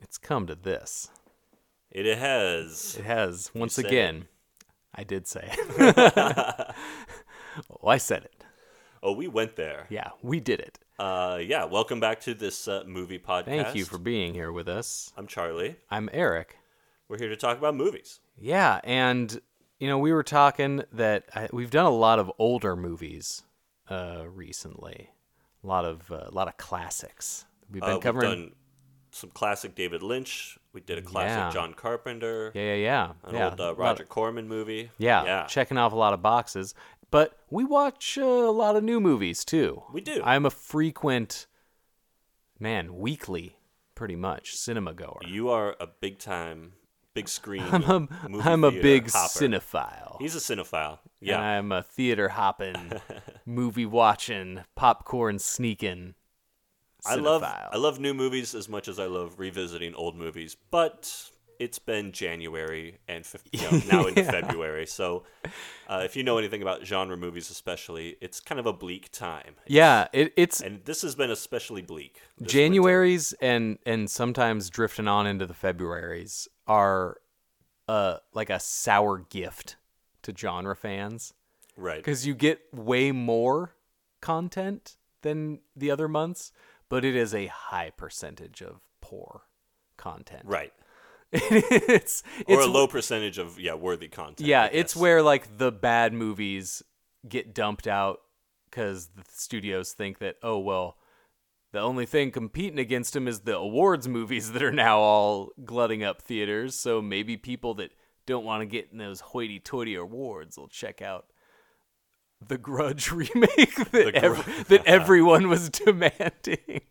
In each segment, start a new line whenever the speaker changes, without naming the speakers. it's come to this.
It has.
It has. Once again, it. I did say it. oh, I said it.
Oh, we went there.
Yeah, we did it.
Uh, yeah, welcome back to this uh, movie podcast.
Thank you for being here with us.
I'm Charlie.
I'm Eric.
We're here to talk about movies.
Yeah, and you know, we were talking that I, we've done a lot of older movies uh, recently. A lot of uh, a lot of classics. We've been covering
Uh, we've some classic David Lynch. We did a classic
Yeah.
John Carpenter.
Yeah, yeah, yeah.
An
yeah.
old
A
uh,
lot
Roger
of-
Corman movie.
yeah,
Yeah.
checking off a lot of boxes. But we watch uh, a lot of new movies too.
We do.
I'm a frequent, man, weekly, pretty much cinema goer.
You are a big time, big screen.
I'm a,
movie
I'm a
theater
big
hopper.
cinephile.
He's a cinephile.
And
Yeah.
I'm a theater hopping, movie watching, popcorn sneaking.
I love
cinephile.
I love new movies as much as I love revisiting old movies, but it's been January and fif- you know, now into February, so uh, if you know anything about genre movies, especially, it's kind of a bleak time.
Yeah, it, it's
and this has been especially bleak. this winter.
January's and and sometimes drifting on into the Februarys are uh like a sour gift to genre fans
right?
because you get way more content than the other months, but it is a high percentage of poor content.
Right.
it's
Or
it's
a low percentage of yeah worthy content. I
yeah, it's
guess.
where like the bad movies get dumped out because the studios think that oh well, the only thing competing against them is the awards movies that are now all glutting up theaters. So maybe people that don't want to get in those hoity-toity awards will check out the Grudge remake that
The Gru-
ev- that everyone was demanding.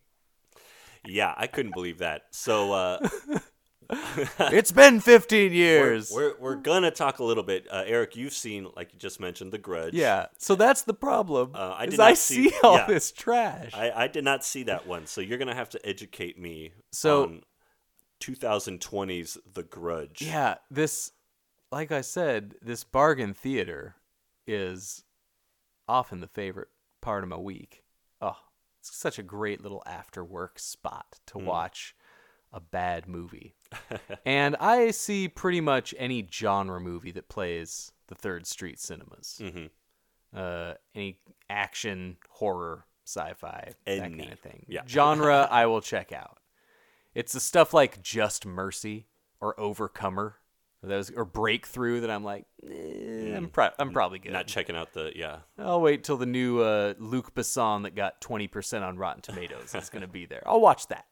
yeah I couldn't believe that. So uh,
it's been 15
we're,
years.
we're we're gonna talk a little bit, uh, Eric. You've seen like you just mentioned The Grudge.
yeah, so that's the problem.
Uh, I
is
did not
I
see-
see, all
yeah.
this trash.
I, I did not see that one, so you're gonna have to educate me
So-
on 2020's The Grudge.
Yeah, this, like I said, this bargain theater is often the favorite part of my week. Oh, it's such a great little after work spot
Hmm.
to watch a bad movie. and I see pretty much any genre movie that plays the Third Street cinemas.
Mhm.
Uh, any action, horror, sci fi, that
Any.
kind of thing.
Yeah.
Genre I will check out. It's the stuff like Just Mercy or Overcomer, or those or Breakthrough that I'm like, eh, I'm pro- I'm probably good.
Not checking out the yeah.
I'll wait till the new uh, Luc Besson that got 20% on Rotten Tomatoes is going to be there. I'll watch that.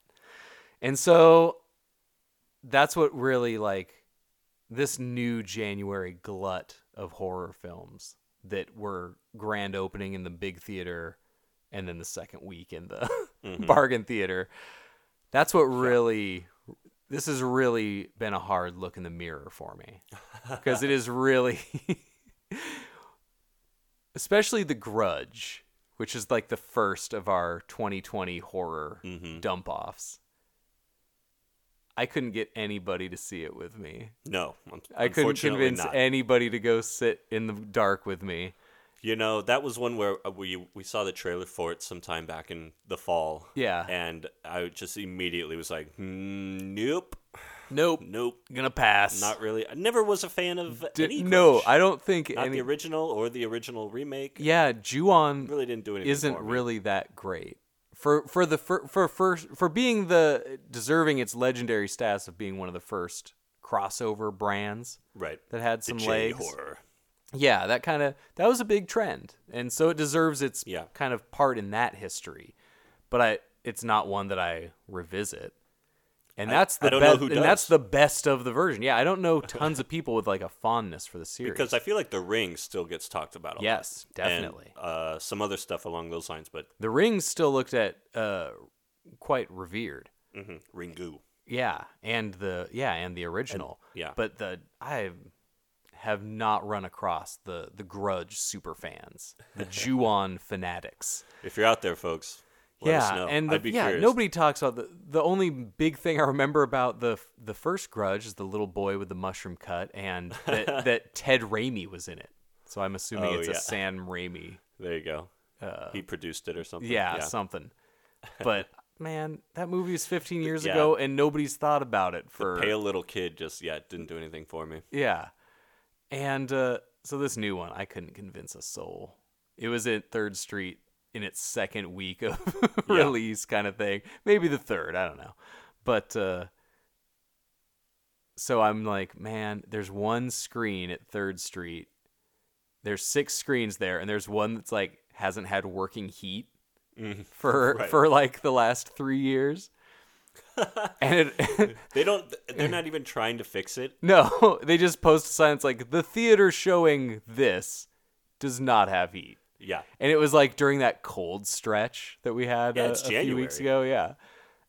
And so that's what really like this new January glut of horror films that were grand opening in the big theater and then the second week in the bargain theater. That's what really this has really been a hard look in the mirror for me because it is really especially The Grudge, which is like the first of our 2020 horror
Mm-hmm.
dump offs. I couldn't get anybody to see it with me.
No, un-
I couldn't
unfortunately
convince
not.
anybody to go sit in the dark with me.
You know, that was one where uh, we we saw the trailer for it sometime back in the fall.
Yeah.
and I just immediately was like, "Hmm, nope,
Nope.
nope,
Gonna pass.
not really. I never was a fan of
D-
any.
no,
Grudge.
I don't think
Not
any.
the original or the original remake.
yeah, Juon
Really didn't do anything.
isn't
for me.
really that great for for the for, for first for being the deserving its legendary status of being one of the first crossover brands
right.
that had
The
some
J
legs.
horror.
Yeah, that kind of that was a big trend, and so it deserves its
Yeah.
kind of part in that history. But I, it's not one that I revisit, and
I-
that's the
I don't know
best.
who
And that's
does.
the best of the version. Yeah, I don't know tons of people with like a fondness for the series
Because I feel like The Ring still gets talked about a lot.
Yes,
And,
definitely.
uh, some other stuff along those lines, but
the Ring's still looked at uh, quite revered.
mhm, Ringu.
Yeah, and the yeah, and the original.
yeah.
But the I have not run across the the Grudge super fans, the Ju-on fanatics.
If you're out there, folks, let
yeah,
us know.
and the,
I'd be
yeah,
curious.
nobody talks about the the only big thing I remember about the f- the first Grudge is the little boy with the mushroom cut, and that, that Ted Raimi was in it. So I'm assuming
Oh,
it's
yeah.
a Sam Raimi,
There you go. he produced it or something.
yeah, something. But man, that movie is 15 years
Yeah.
ago, and nobody's thought about it for
Pale little kid just yeah didn't do anything for me.
Yeah. And uh, so this new one, I couldn't convince a soul. It was at Third Street in its second week of release, kind of thing. Maybe the third, I don't know. But uh, so I'm like, man, there's one screen at Third Street. There's six screens there, and there's one that's like hasn't had working heat for
right.
for like the last three years. and it,
They don't. They're not even trying to fix it.
No, they just post a sign that's like the theater showing this does not have heat.
Yeah.
And it was like during that cold stretch that we had
Yeah,
a,
it's
a few weeks ago,
January.
yeah.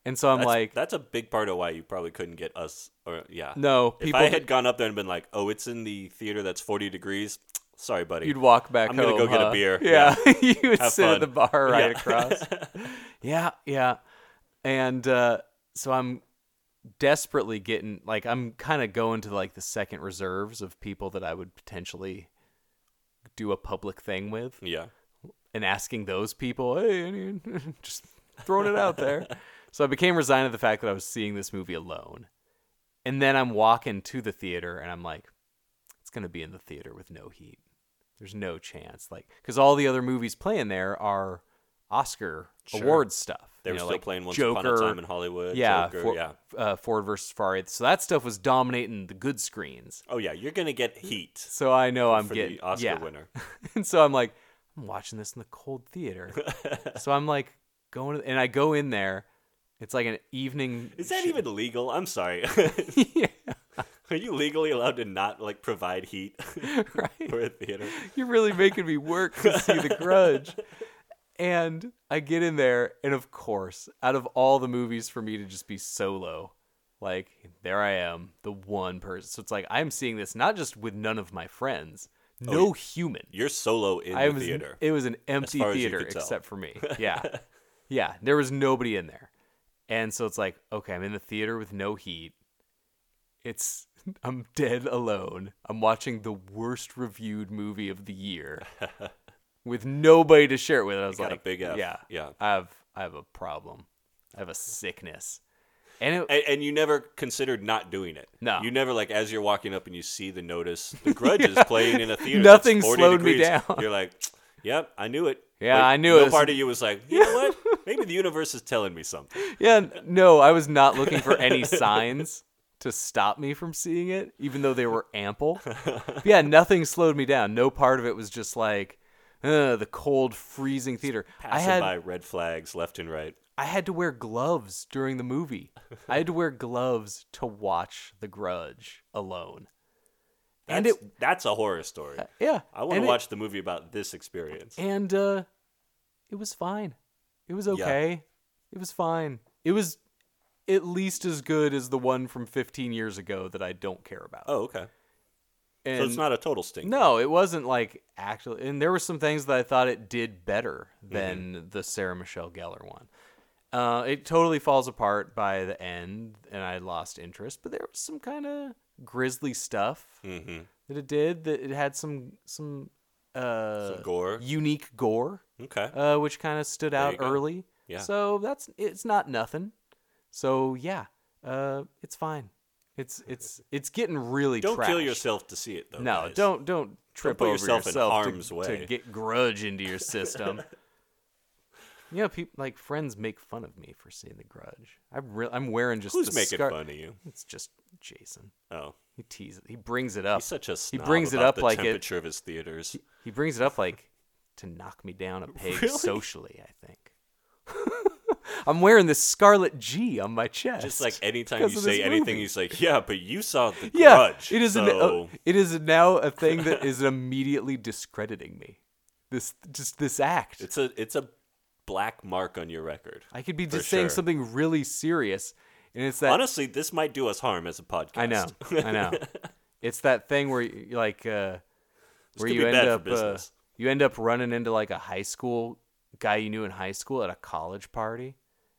And so I'm
That's,
like,
that's a big part of why you probably couldn't get us. Or yeah.
No,
If
people-
I had gone up there and been like, "Oh, it's in the theater that's 40 degrees," sorry, buddy.
you'd walk back
I'm
home.
gonna go get a
huh?
beer.
Yeah. you would
Have
sit
fun.
at the bar right
Yeah.
across. yeah, yeah. And uh, so I'm desperately getting like I'm kind of going to like the second reserves of people that I would potentially do a public thing with.
yeah.
and asking those people, hey, any, just throwing it out there. so I became resigned to the fact that I was seeing this movie alone. And then I'm walking to the theater and I'm like, it's going to be in the theater with no heat. There's no chance. Like, because all the other movies playing there are Oscar award stuff.
They
You
were
know,
still
like
playing Once
Joker,
Upon a Time in Hollywood.
yeah,
Joker,
For-
yeah.
Uh, Ford versus Ferrari. So that stuff was dominating the good screens.
Oh yeah, you're gonna get heat
So I know I'm
for
getting
the Oscar
yeah.
winner.
and so I'm like, I'm watching this in the cold theater. so I'm like going to, and I go in there. It's like an evening.
Is that
sh-
even legal? I'm sorry.
Yeah,
Are you legally allowed to not like provide heat
right.
for a theater?
You're really making me work to see The Grudge. And I get in there, and of course, out of all the movies for me to just be solo, like there I am, the one person. So it's like I'm seeing this not just with none of my friends, no human.
You're solo in
I
the
was,
theater.
It was an empty
far as you
theater
could tell.
except for me. Yeah. yeah. There was nobody in there. And so it's like, okay, I'm in the theater with no heat. It's I'm dead alone. I'm watching the worst reviewed movie of the year with nobody to share it with. And I was
got a
like,
big F.
yeah,
Yeah.
I have I have a problem. I have a sickness. And it,
and, and you never considered not doing it.
No.
you never like as you're walking up and you see the notice. The Grudge is playing in a theater.
Nothing
that's 40
slowed me
degrees.
down.
You're like, yep, I knew it.
Yeah,
But
I knew it
no
was-
part of you was like, you know what? Maybe the universe is telling me something.
yeah, n- no, I was not looking for any signs to stop me from seeing it, even though they were ample. But yeah, nothing slowed me down. No part of it was just like uh, the cold, freezing theater. I
Passing
had
by red flags left and right.
I had to wear gloves during the movie. I had to wear gloves to watch The Grudge alone.
That's,
And
that's a horror story.
Yeah,
I want
and
to
it-
watch the movie about this experience.
and uh, it was fine. It was okay. It was fine. It was at least as good as the one from 15 years ago that I don't care about.
oh, okay.
and
So it's not a total stink.
No, it wasn't like actually, and there were some things that I thought it did better
Mm-hmm.
than the Sarah Michelle Gellar one. Uh, it totally falls apart by the end, and I lost interest. But there was some kind of grisly stuff
Mm-hmm.
that it did. That it had some some uh,
Some gore.
unique gore,
Okay.
uh, which kind of stood out
you go.
early.
Yeah.
So that's it's not nothing. So yeah, uh, it's fine. It's it's it's getting really
Don't kill
trashed.
yourself to see it though.
No,
guys.
don't don't trip
put
over
yourself in
to-
harm's
to,
way.
get grudge into your system. you know, people like friends make fun of me for seeing the grudge. I'm real. I'm wearing just
Who's
the
making
scar-
fun of you?
It's just Jason.
Oh,
He teases. He brings it up.
he's such a snob
he brings it
about
up
the
like it.
temperature of his theaters.
He brings it up like to knock me down a peg
Really?
socially. I think. I'm wearing this scarlet G on my chest.
Just like anytime you
because of this
say anything,
movie.
he's like, "Yeah, but you saw the
Yeah,
grudge."
it is. an-
So,
uh, it is now a thing that is immediately discrediting me. This just this act.
it's a it's a black mark on your record.
I could be
for
just saying
sure.
something really serious, And it's that
Honestly, this might do us harm as a podcast.
I know, I know. It's that thing where you like uh,
could
where you
be
end
bad for
up uh,
business.
you end up running into like a high school guy you knew in high school at a college party,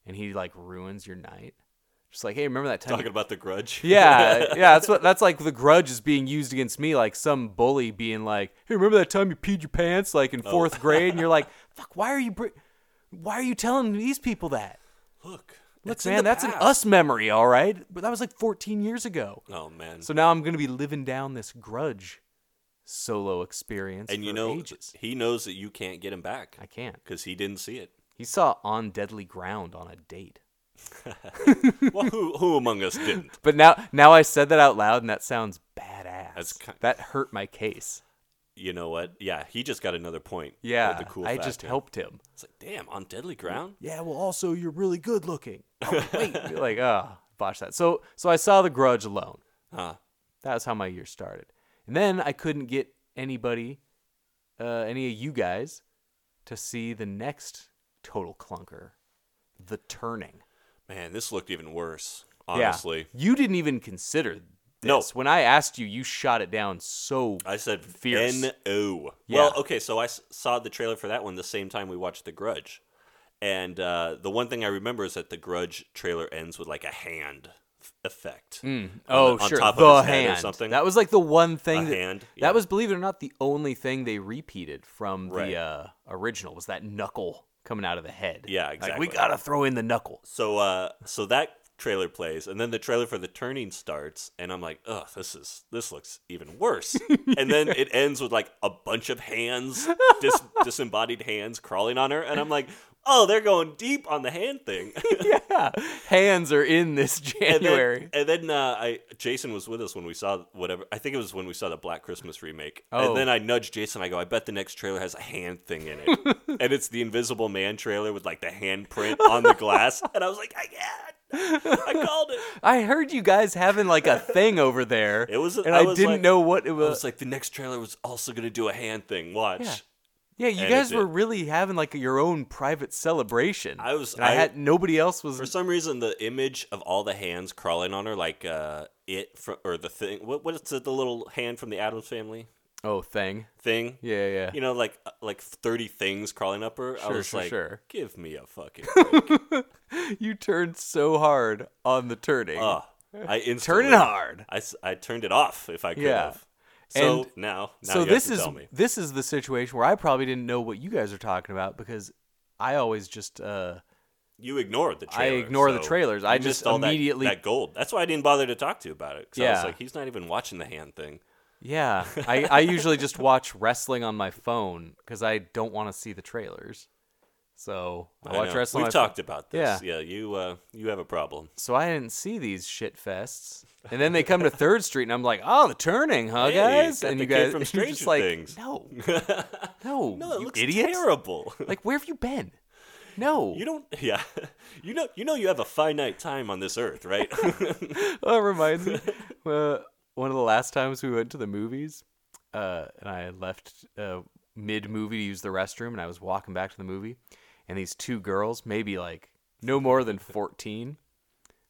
and he like ruins your night. Just like, hey, remember that time?
Talking about the grudge.
yeah, yeah. That's what. That's like the grudge is being used against me. Like some bully being like, hey, remember that time you peed your pants like
Oh.
in fourth grade? And you're like, fuck, why are you, br- why are you telling these people that?
Look.
Look,
it's in
man,
the
that's an
past.
us memory, all right. But that was like 14 years ago.
Oh man.
So now I'm going to be living down this grudge solo experience
and
for
you know
ages.
he knows that you can't get him back
I can't.
because he didn't see it.
He saw On Deadly Ground on a date.
Well, who who among us didn't?
But now now I said that out loud and that sounds badass.
That's ki-
that hurt my case.
You know what? Yeah, he just got another point. with
Yeah.
the cool
I just
factor.
helped him.
It's like, damn, on deadly ground.
Yeah, well also you're really good looking. Oh, wait. You're like, ah, botch that. So so I saw The Grudge alone.
Huh.
That was how my year started. And then I couldn't get anybody, uh, any of you guys, to see the next total clunker, The Turning.
Man, this looked even worse.
Yeah.
Honestly,
You didn't even consider this.
No.
When I asked you, you shot it down so.
I said
Fierce.
no.
Yeah.
Well, okay, so I s- saw the trailer for that one the same time we watched The Grudge, and uh, the one thing I remember is that The Grudge trailer ends with like a hand f- effect. on
oh,
the- on
sure.
top
the
of his
hand.
head or something.
That was like the one thing.
A
that,
hand, yeah.
That was, believe it or not, the only thing they repeated from
Right.
the uh, original was that knuckle coming out of the head.
Yeah,
Like, we
exactly.
got to throw in the knuckle.
So uh so that trailer plays and then the trailer for the turning starts and I'm like, "Ugh, this is this looks even worse." and then it ends with like a bunch of hands, dis- disembodied hands crawling on her and I'm like, "Oh, they're going deep on the hand thing."
yeah. Hands are in this
and
January.
then, and then uh, I Jason was with us when we saw whatever I think it was when we saw the Black Christmas remake.
Oh.
And then I nudged Jason. I go, I bet the next trailer has a hand thing in it, and it's the Invisible Man trailer with like the handprint on the glass. And I was like, I yeah, I called it.
I heard you guys having like a thing over there.
It was-
and
I
I,
was
didn't
like-
know what it
I
was.
was like, the next trailer was also gonna do a hand thing. Watch.
Yeah. yeah, you
and it
guys were
did.
really having like your own private celebration.
I was-
And I,
I-
had nobody else was.
For some reason, the image of all the hands crawling on her, like uh, it fr- or the thing. What what is it? The little hand from the Adams Family
oh, thing.
thing.
Yeah, yeah.
you know, like uh, like thirty things crawling up her.
Sure,
I was
sure,
like,
sure.
give me a fucking break.
you turned so hard on the turning.
Ugh. uh, I
Turn
instantly,
it hard.
I, s- I turned it off if I could
Yeah.
have. So
And-
now, now
so
you
this
have to
is
tell me.
this is the situation where I probably didn't know what you guys are talking about because I always just uh,
you ignored the
I
trailer.
ignore the
so
trailers. I
you
just
missed all that-
immediately-
that, gold. That's why I didn't bother to talk to you about it. 'cause I
Yeah.
was like, he's not even watching the hand thing.
Yeah, I, I usually just watch wrestling on my phone because I don't want to see the trailers. So I, watch
know.
wrestling. on
We've
my pho-
talked about this. Yeah, you uh, you have a problem.
So I didn't see these shit fests, and then they come to Third Street, and I'm like, "Oh, the turning, huh,
Hey,
guys?"
got
And
the
you
kid
guys
from
you're
Stranger
just like,
Things.
"No, no,
No, it
you
looks
idiot!
terrible.
Like, where have you been? No,
You don't. Yeah, you know. You know. You have a finite time on this earth, right?
Oh, that reminds me. uh, one of the last times we went to the movies, uh, and I left uh, mid movie to use the restroom, and I was walking back to the movie, and these two girls, maybe like no more than 14,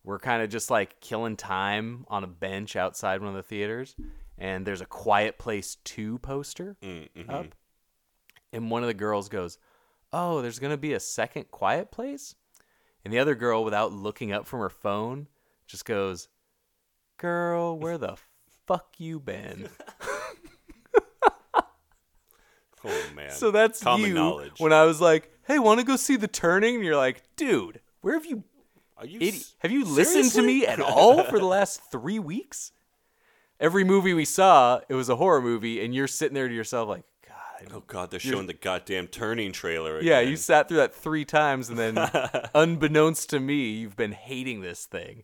were kind of just like killing time on a bench outside one of the theaters. And there's a Quiet Place 2 poster up. And one of the girls goes, Oh, there's going to be a second Quiet Place? And the other girl, without looking up from her phone, just goes, Girl, where the fuck you been?
oh man.
so that's
common
you
knowledge.
when I was like, Hey, want to go see the turning? And you're like, Dude, where have you,
Are you
idi-
s-
have you listened to me
seriously?
at all for the last three weeks? Every movie we saw, it was a horror movie, and you're sitting there to yourself, like, God.
Oh God, they're showing the goddamn turning trailer. Again.
Yeah, you sat through that three times, and then unbeknownst to me, you've been hating this thing.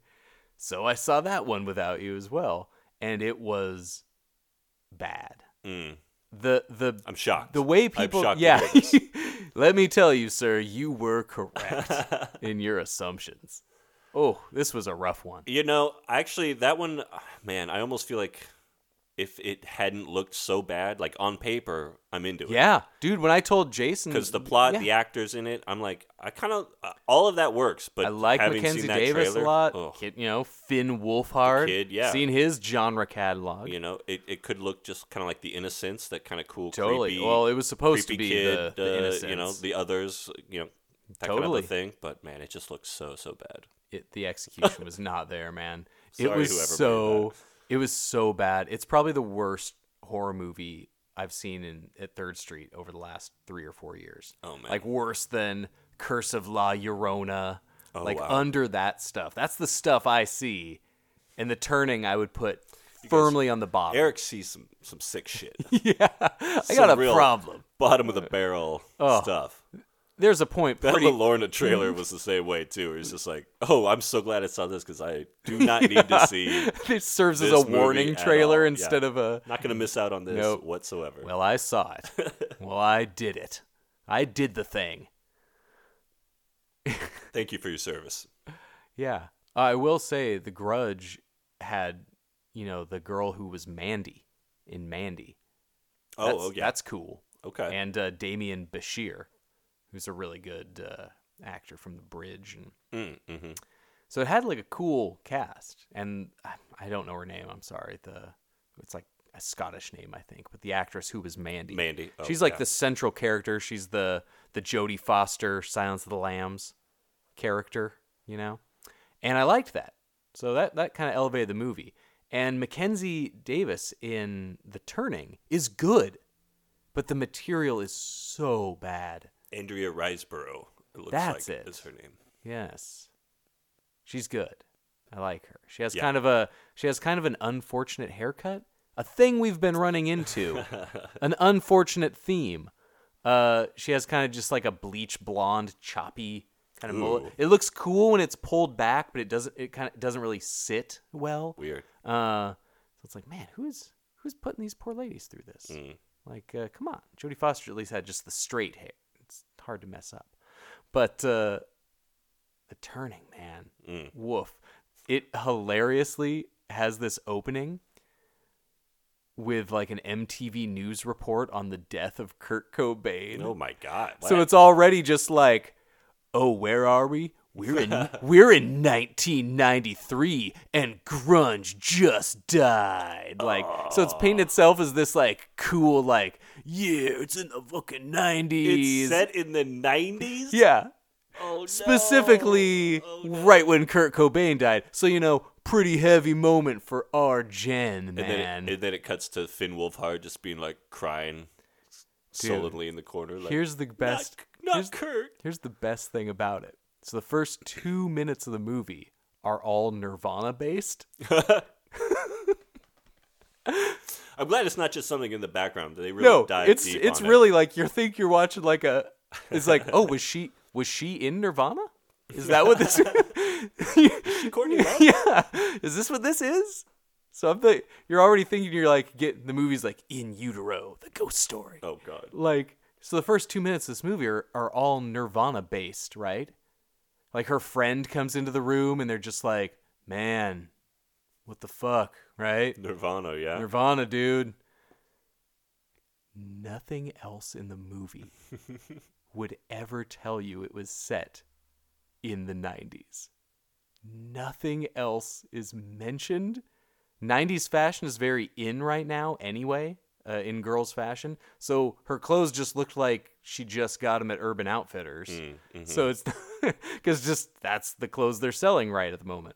So I saw that one without you as well, and it was bad.
Hmm.
The the
I'm shocked.
the way
I'm
people
shocked to
yeah.
hear this.
Let me tell you, sir, you were correct in your assumptions. Oh, this was a rough one.
ah, you know, actually, that one, man, I almost feel like if it hadn't looked so bad. Like on paper, I'm into it.
Yeah, dude. When I told Jason,
Because the plot,
yeah.
the actors in it, I'm like, I kind of uh, all of that works. But
I like
having
Mackenzie
seen that
Davis
trailer, oh.
a lot.
ugh,
Kid, you know, Finn Wolfhard.
kid, yeah.
Seeing his genre catalog.
you know, it, it could look just kind of like the Innocents, that kind of cool,
Totally.
creepy.
Well, it was supposed to
creepy
be
kid,
the- the
uh, You know,
Innocents.
the others. You know, that kind
Totally.
of a thing. But man, it just looks so so bad.
it, the execution was not there, man. it
Sorry,
was
whoever made
so it was so bad. It's probably the worst horror movie I've seen in at Third Street over the last three or four years.
Oh, man.
like worse than Curse of La Llorona.
Oh,
like
wow.
under that stuff. That's the stuff I see, and the turning I would put firmly on the bottom.
Eric sees some some sick shit.
yeah, I
Some
got a
real
problem. Oh,
Bottom of the barrel stuff.
There's a point.
That
Pretty,
Lorna trailer was the same way too. It was just like, oh, I'm so glad I saw this because I do not need to see.
it serves as
this
a
movie
warning
at
trailer
all. Yeah.
instead of a
Not gonna miss out on this
Nope.
whatsoever.
Well, I saw it. well, I did it. I did the thing.
Thank you for your service.
Yeah. I will say The Grudge had, you know, the girl who was Mandy in Mandy.
Oh,
that's,
oh, yeah.
That's cool.
Okay.
And uh, Damien Bashir, who's a really good uh, actor from The Bridge. And
Mm, hmm
So it had like a cool cast. And I- I don't know her name. I'm sorry. The It's like a Scottish name, I think. But the actress who was Mandy.
Mandy. Oh,
She's like
yeah.
the central character. She's the the Jodie Foster Silence of the Lambs character, you know. And I liked that. So that that kind of elevated the movie. And Mackenzie Davis in The Turning is good, but the material is so bad.
Andrea Riseborough. It looks
That's
like
it.
is her name.
Yes. She's good. I like her. She has
Yeah.
kind of a she has kind of an unfortunate haircut. A thing we've been running into. an unfortunate theme. Uh she has kind of just like a bleach blonde choppy kind of mullet.
Ooh.
It looks cool when it's pulled back, but it doesn't it kind of doesn't really sit well.
Weird.
Uh so it's like, man, who's who's putting these poor ladies through this?
Mm.
Like, uh, come on. Jodie Foster at least had just the straight hair. It's hard to mess up. But uh the turning man
Mm.
woof it hilariously has this opening with like an mtv news report on the death of kurt cobain
Oh my god.
so
What?
it's already just like oh where are we we're in we're in 1993 and grunge just died like so it's painted itself as this like cool like yeah it's in the fucking 90s
it's set in the nineties.
yeah
Oh,
specifically right when Kurt Cobain died. So you know, pretty heavy moment for our gen,
And
man.
then, it, and then it cuts to Finn Wolfhard just being like crying sullenly in the corner. Like,
here's the best.
not,
here's,
not Kurt.
here's the best thing about it. So the first two minutes of the movie are all Nirvana based.
I'm glad it's not just something in the background. They really
No,
dive
it's
deep
it's
on it.
really like you think you're watching like a. It's like, oh, was she was she in Nirvana? Is that what this?
Courtney Love?
yeah. Is this what this is? So I'm the, you're already thinking you're like get the movie's like in utero, the ghost story.
Oh god.
Like so the first two minutes of this movie are, are all Nirvana based, right? Like her friend comes into the room and they're just like, Man, what the fuck? Right?
Nirvana, yeah.
Nirvana, dude. Nothing else in the movie would ever tell you it was set in the 90s. Nothing else is mentioned. 90s fashion is very in right now, anyway, uh, in girls' fashion. So her clothes just looked like she just got them at Urban Outfitters. So it's because just that's the clothes they're selling right at the moment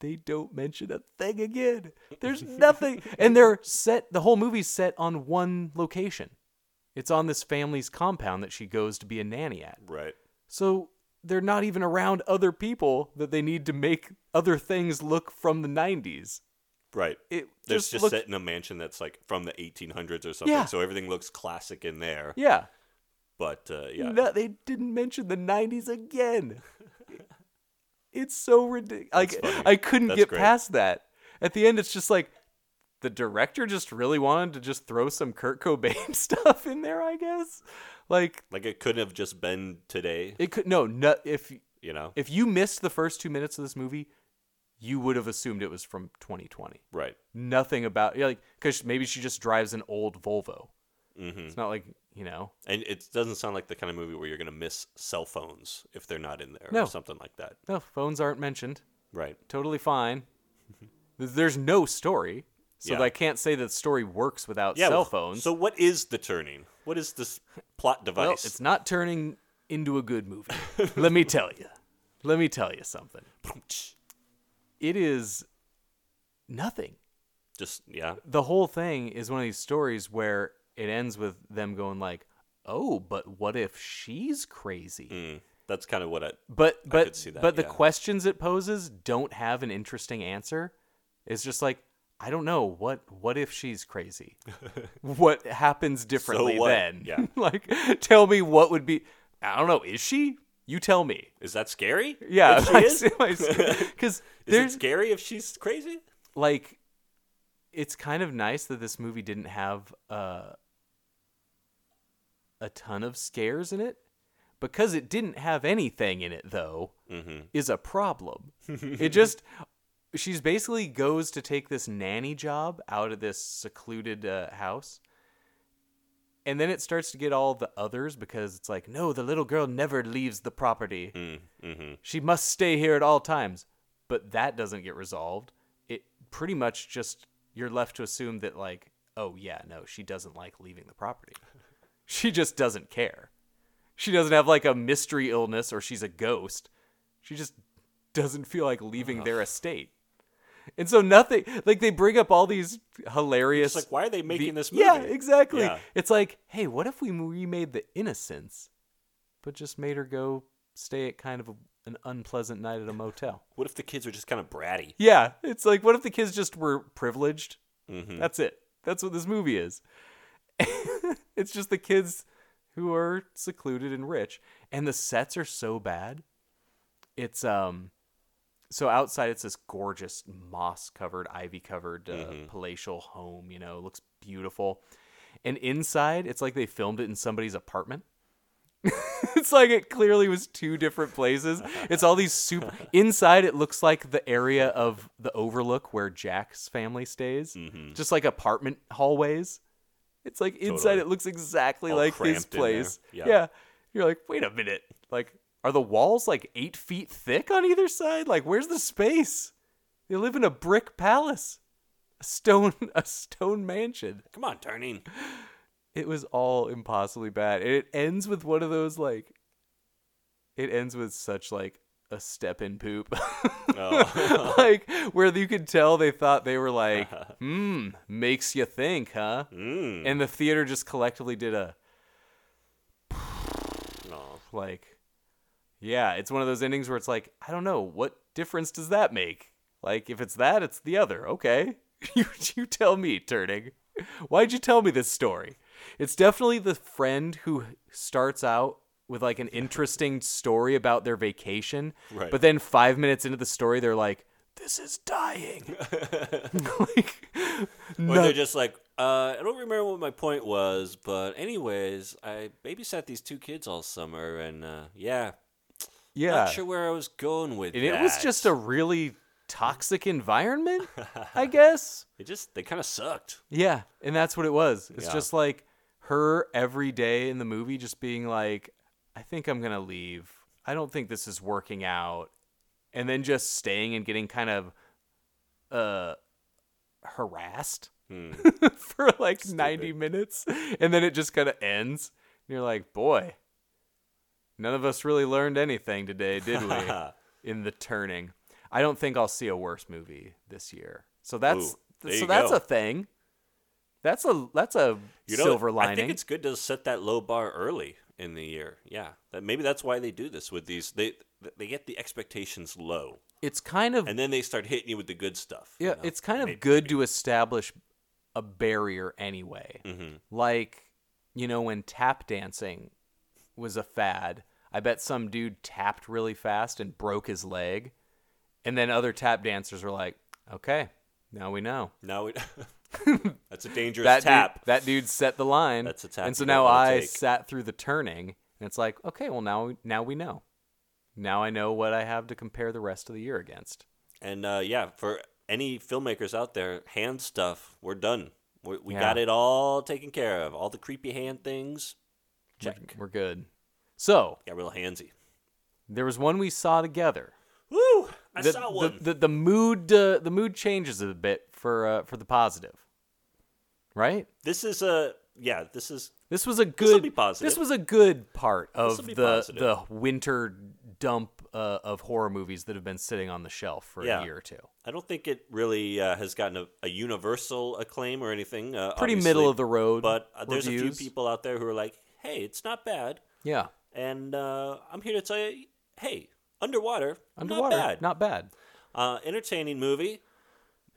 they don't mention a thing again. There's nothing, and they're set. The whole movie's set on one location. It's on this family's compound that she goes to be a nanny at.
Right.
So they're not even around other people that they need to make other things look from the '90s.
Right.
It
There's
just
just
looked-
set in a mansion that's like from the 1800s or something.
Yeah.
So everything looks classic in there.
Yeah,
But uh, yeah.
No, they didn't mention the '90s again. It's so ridiculous. Like
funny.
I couldn't
That's
get
great.
past that. At the end, it's just like the director just really wanted to just throw some Kurt Cobain stuff in there. I guess. Like
Like it couldn't have just been today,
it could no no if
you know?
if you missed the first two minutes of this movie, you would have assumed it was from 2020.
Right.
Nothing about yeah, like because maybe she just drives an old Volvo.
Mm-hmm.
It's not like you know.
And it doesn't sound like the kind of movie where you're going to miss cell phones if they're not in there
No.
or something like that.
No, phones aren't mentioned.
Right.
Totally fine. Th- There's no story, so
Yeah.
I can't say that the story works without
Yeah.
cell
well,
phones.
So what is the turning? What is this plot device?
well, it's not turning into a good movie. Let me tell you. Let me tell you something. It is nothing.
just yeah.
the whole thing is one of these stories where it ends with them going like, "Oh, but what if she's
Mm.
crazy?"
That's kind of what I
But but
could see that,
but the
yeah.
questions it poses don't have an interesting answer. It's just like, I don't know what what if she's crazy? what happens differently
what?
then?
Yeah.
like tell me what would be I don't know, is she? You tell me.
Is that scary?
Yeah,
If she is? is
cuz
it
there's
scary if she's crazy?
like it's kind of nice that this movie didn't have uh, a ton of scares in it because it didn't have anything in it though is a problem it just she's basically goes to take this nanny job out of this secluded uh, house and then it starts to get all the others because it's like no the little girl never leaves the property
Mm, mm-hmm.
she must stay here at all times. But that doesn't get resolved. It pretty much just you're left to assume that like, oh yeah, no, she doesn't like leaving the property. She just doesn't care. She doesn't have like a mystery illness or she's a ghost. She just doesn't feel like leaving their estate. And so nothing like they bring up all these hilarious
like, why are they making this
Yeah,
movie?
exactly.
Yeah.
It's like, hey, what if we remade the innocence but just made her go stay at kind of a, an unpleasant night at a motel.
What if the kids are just kind of bratty?
Yeah, it's like what if the kids just were privileged? That's it. That's what this movie is. it's just the kids who are secluded and rich, and the sets are so bad. It's um, so outside it's this gorgeous moss covered, ivy covered uh, palatial home. You know, looks beautiful, and inside it's like they filmed it in somebody's apartment it's like it clearly was two different places. It's all these super inside. It looks like the area of the Overlook where Jack's family stays, just like apartment hallways. It's like inside.
Totally.
It looks exactly
All
like his
cramped in there.
place.
Yeah.
yeah, you're like, wait a minute. Like, are the walls like eight feet thick on either side? Like, where's the space? They live in a brick palace, a stone, a stone mansion
Come on, turning.
it was all impossibly bad and it ends with one of those like it ends with such like a step in poop
Oh.
like where you could tell they thought they were like hmm makes you think huh
Hmm.
and the theater just collectively did a
No.
like yeah it's one of those endings where it's like i don't know what difference does that make like if it's that it's the other okay you, you tell me turning why'd you tell me this story it's definitely the friend who starts out with like an interesting story about their vacation
Right.
but then five minutes into the story they're like this is dying like
Or
no-
they're just like, uh, I don't remember what my point was, but anyways, I babysat these two kids all summer, and uh, yeah,
yeah
not sure where I was going with
and it was
that.
just a really toxic environment i guess
It just they kind of sucked.
Yeah, and that's what it was. It's
Yeah.
just like her every day in the movie just being like, I think I'm going to leave. I don't think this is working out. And then just staying and getting kind of uh harassed
Hmm.
for like 90 minutes and then it just kind of ends. And you're like, "Boy, none of us really learned anything today, did we?" in the turning. I don't think I'll see a worse movie this year. So that's
Ooh, there
so
you
that's
go.
a thing. That's a that's a
You know,
silver
I
lining.
think it's good to set that low bar early in the year. Yeah, that, maybe that's why they do this with these. They they get the expectations low,
It's kind of
and then they start hitting you with the good stuff. you
yeah,
know?
it's kind
Maybe-
of good to establish a barrier anyway.
Mm-hmm.
Like you know when tap dancing was a fad, I bet some dude tapped really fast and broke his leg, and then other tap dancers were like, "Okay, now we know."
Now it, that's a dangerous
that
tap.
Dude, that dude set the line.
That's a tap
And so
you don't
now
wanna
I
take.
sat through the turning, and it's like, okay, well now now we know. Now I know what I have to compare the rest of the year against.
And uh, yeah, for any filmmakers out there, hand stuff, we're done. we we
Yeah.
got it all taken care of. All the creepy hand things,
We're-
check.
We're good. So
Got real handsy.
there was one we saw together.
Woo! I
the,
saw
the-
one.
The, the, mood uh, the mood changes a bit for uh, for the positive, right?
this is a yeah. This is
This was a
This'll
good.
be positive.
This was a good part of
This'll be
the
positive.
the winter dump uh, of horror movies that have been sitting on the shelf for
Yeah.
a year or two.
I don't think it really uh, has gotten a, a universal acclaim or anything. Uh,
Pretty
obviously,
middle of the road
But uh, there's a
reviews.
few people out there who are like, "Hey, it's not bad,"
Yeah,
and uh, I'm here to tell you, "Hey, underwater,
underwater,
not bad,
not bad.
uh, entertaining movie.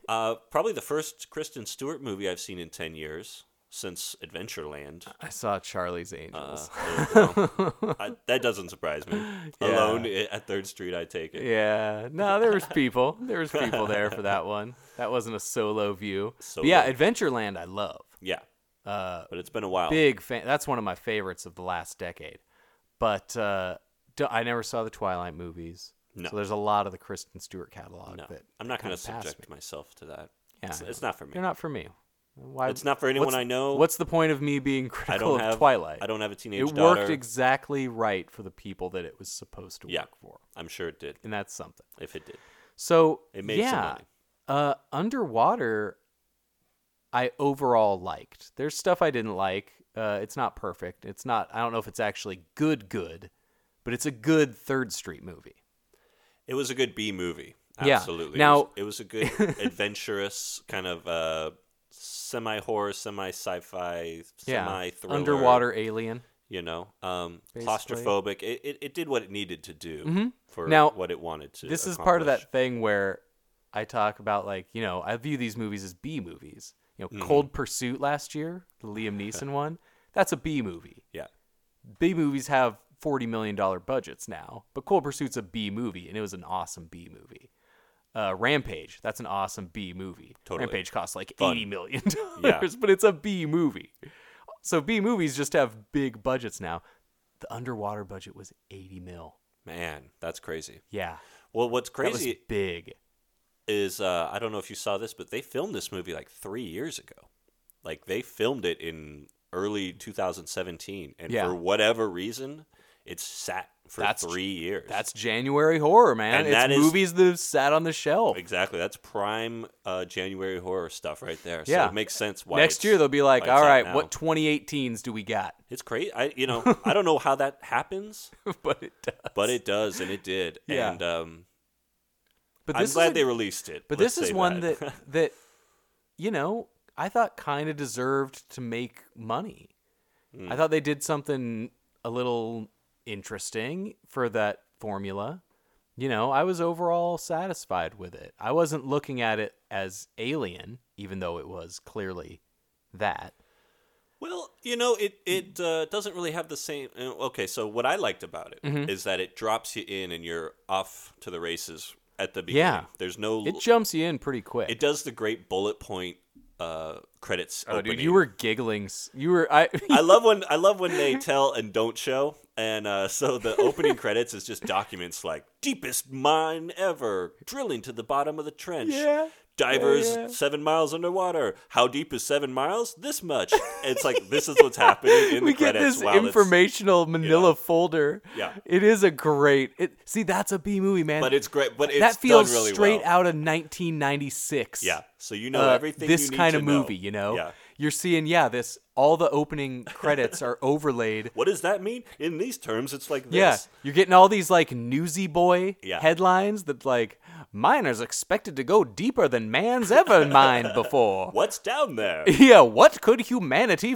Uh, probably the first Kristen Stewart movie I've seen in ten years since Adventureland.
I saw Charlie's Angels.
I, that doesn't surprise me. Alone i- at Third Street, I take it.
Yeah, no, there was people. There was people there for that one. That wasn't a solo view. But yeah,
Solo.
Adventureland, I love.
Yeah, but it's been a while.
Uh, Big fan. That's one of my favorites of the last decade. But uh, d- I never saw the Twilight movies.
No.
So there's a lot of the Kristen Stewart catalog.
no,
that
I'm not going
kinda
to
passed
subject
me.
myself to that.
Yeah,
it's,
I
it's
know.
not for me.
They're not for me. Why?
It's not for anyone
what's-
I know.
What's the point of me being
I
critical
don't
of
have
Twilight?
I don't have a teenage
It
daughter.
worked exactly right for the people that it was supposed to
Yeah.
work for,
I'm sure it did.
and that's something.
If it did,
So
It made some
yeah,
money.
Uh, underwater, I overall liked. There's stuff I didn't like. Uh, it's not perfect. It's not. I don't know if it's actually good, good, but it's a good Third Street movie.
it was a good B movie.
Yeah.
Absolutely. It
Now-
was- it was, a good adventurous kind of uh, semi horror, semi sci-fi, semi thriller.
underwater alien.
You know, um,
Basically. Mm-hmm.
claustrophobic. It, it it did what it needed to do for
Now,
what it wanted to.
This is part of
accomplish.
that thing where I talk about like you know I view these movies as B movies. You
Mm-hmm.
know, Cold Pursuit last year, the Liam Neeson one. That's a B movie.
Yeah.
B movies have forty million dollar budgets now, but Cold Pursuit's a B movie, and it was an awesome B movie. Uh, Rampage, that's an awesome B movie.
Totally.
Rampage costs like
Fun.
eighty million dollars, but it's a B movie. So B movies just have big budgets now. The underwater budget was eighty mil.
Man, that's crazy.
Yeah,
Well, what's
that was
crazy
big.
is uh, I don't know if you saw this, but they filmed this movie like three years ago. Like they filmed it in early 2017, and
Yeah.
for whatever reason, it's sat for
That's-
three years.
That's January horror, man.
And
it's
that is-
movies that have sat on the shelf.
exactly that's prime uh, January horror stuff right there. So
Yeah.
it makes sense why
Next
it's-
year they'll be
why
like,
it's
"All
out
right,
now."
what 2018s do we got?"
It's crazy. I you know I don't know how that happens,
but it does.
but it does, and it did.
Yeah.
And um,
But
I'm
this is
glad
a-
they released it.
But
Let's
this is
say
one that that, you know I thought kind of deserved to make money.
Hmm.
I thought they did something a little interesting for that formula. You know, I was overall satisfied with it. I wasn't looking at it as alien, even though it was clearly that.
Well, you know, it it uh, doesn't really have the same. uh, Okay, so what I liked about it is
Mm-hmm.
that it drops you in and you're off to the races at the beginning.
Yeah.
there's no.
It jumps you in pretty quick.
it does the great bullet point uh, credits.
Oh, dude,
opening.
you were giggling. s- You were I.
I love when I love when they tell and don't show, and uh, so the opening credits is just documents like deepest mine ever, drilling to the bottom of the trench.
Yeah.
Divers
Yeah, yeah.
seven miles underwater. How deep is seven miles? This much. It's like this is what's happening in
we
the
get
credits.
this
while it's-
informational Manila folder.
Yeah.
it is a great. It see that's a B movie, man.
but it's great. But it's
that feels
done really
straight
well.
out of 1996.
Yeah, so you know
Uh,
everything.
this
you need
kind
to
of movie,
know.
you know.
Yeah.
You're seeing, yeah, this all the opening credits are overlaid.
What does that mean in these terms? It's like this.
Yeah, you're getting all these like newsy boy
Yeah.
headlines that like miners expected to go deeper than man's ever mined before.
What's down there?
yeah, what could humanity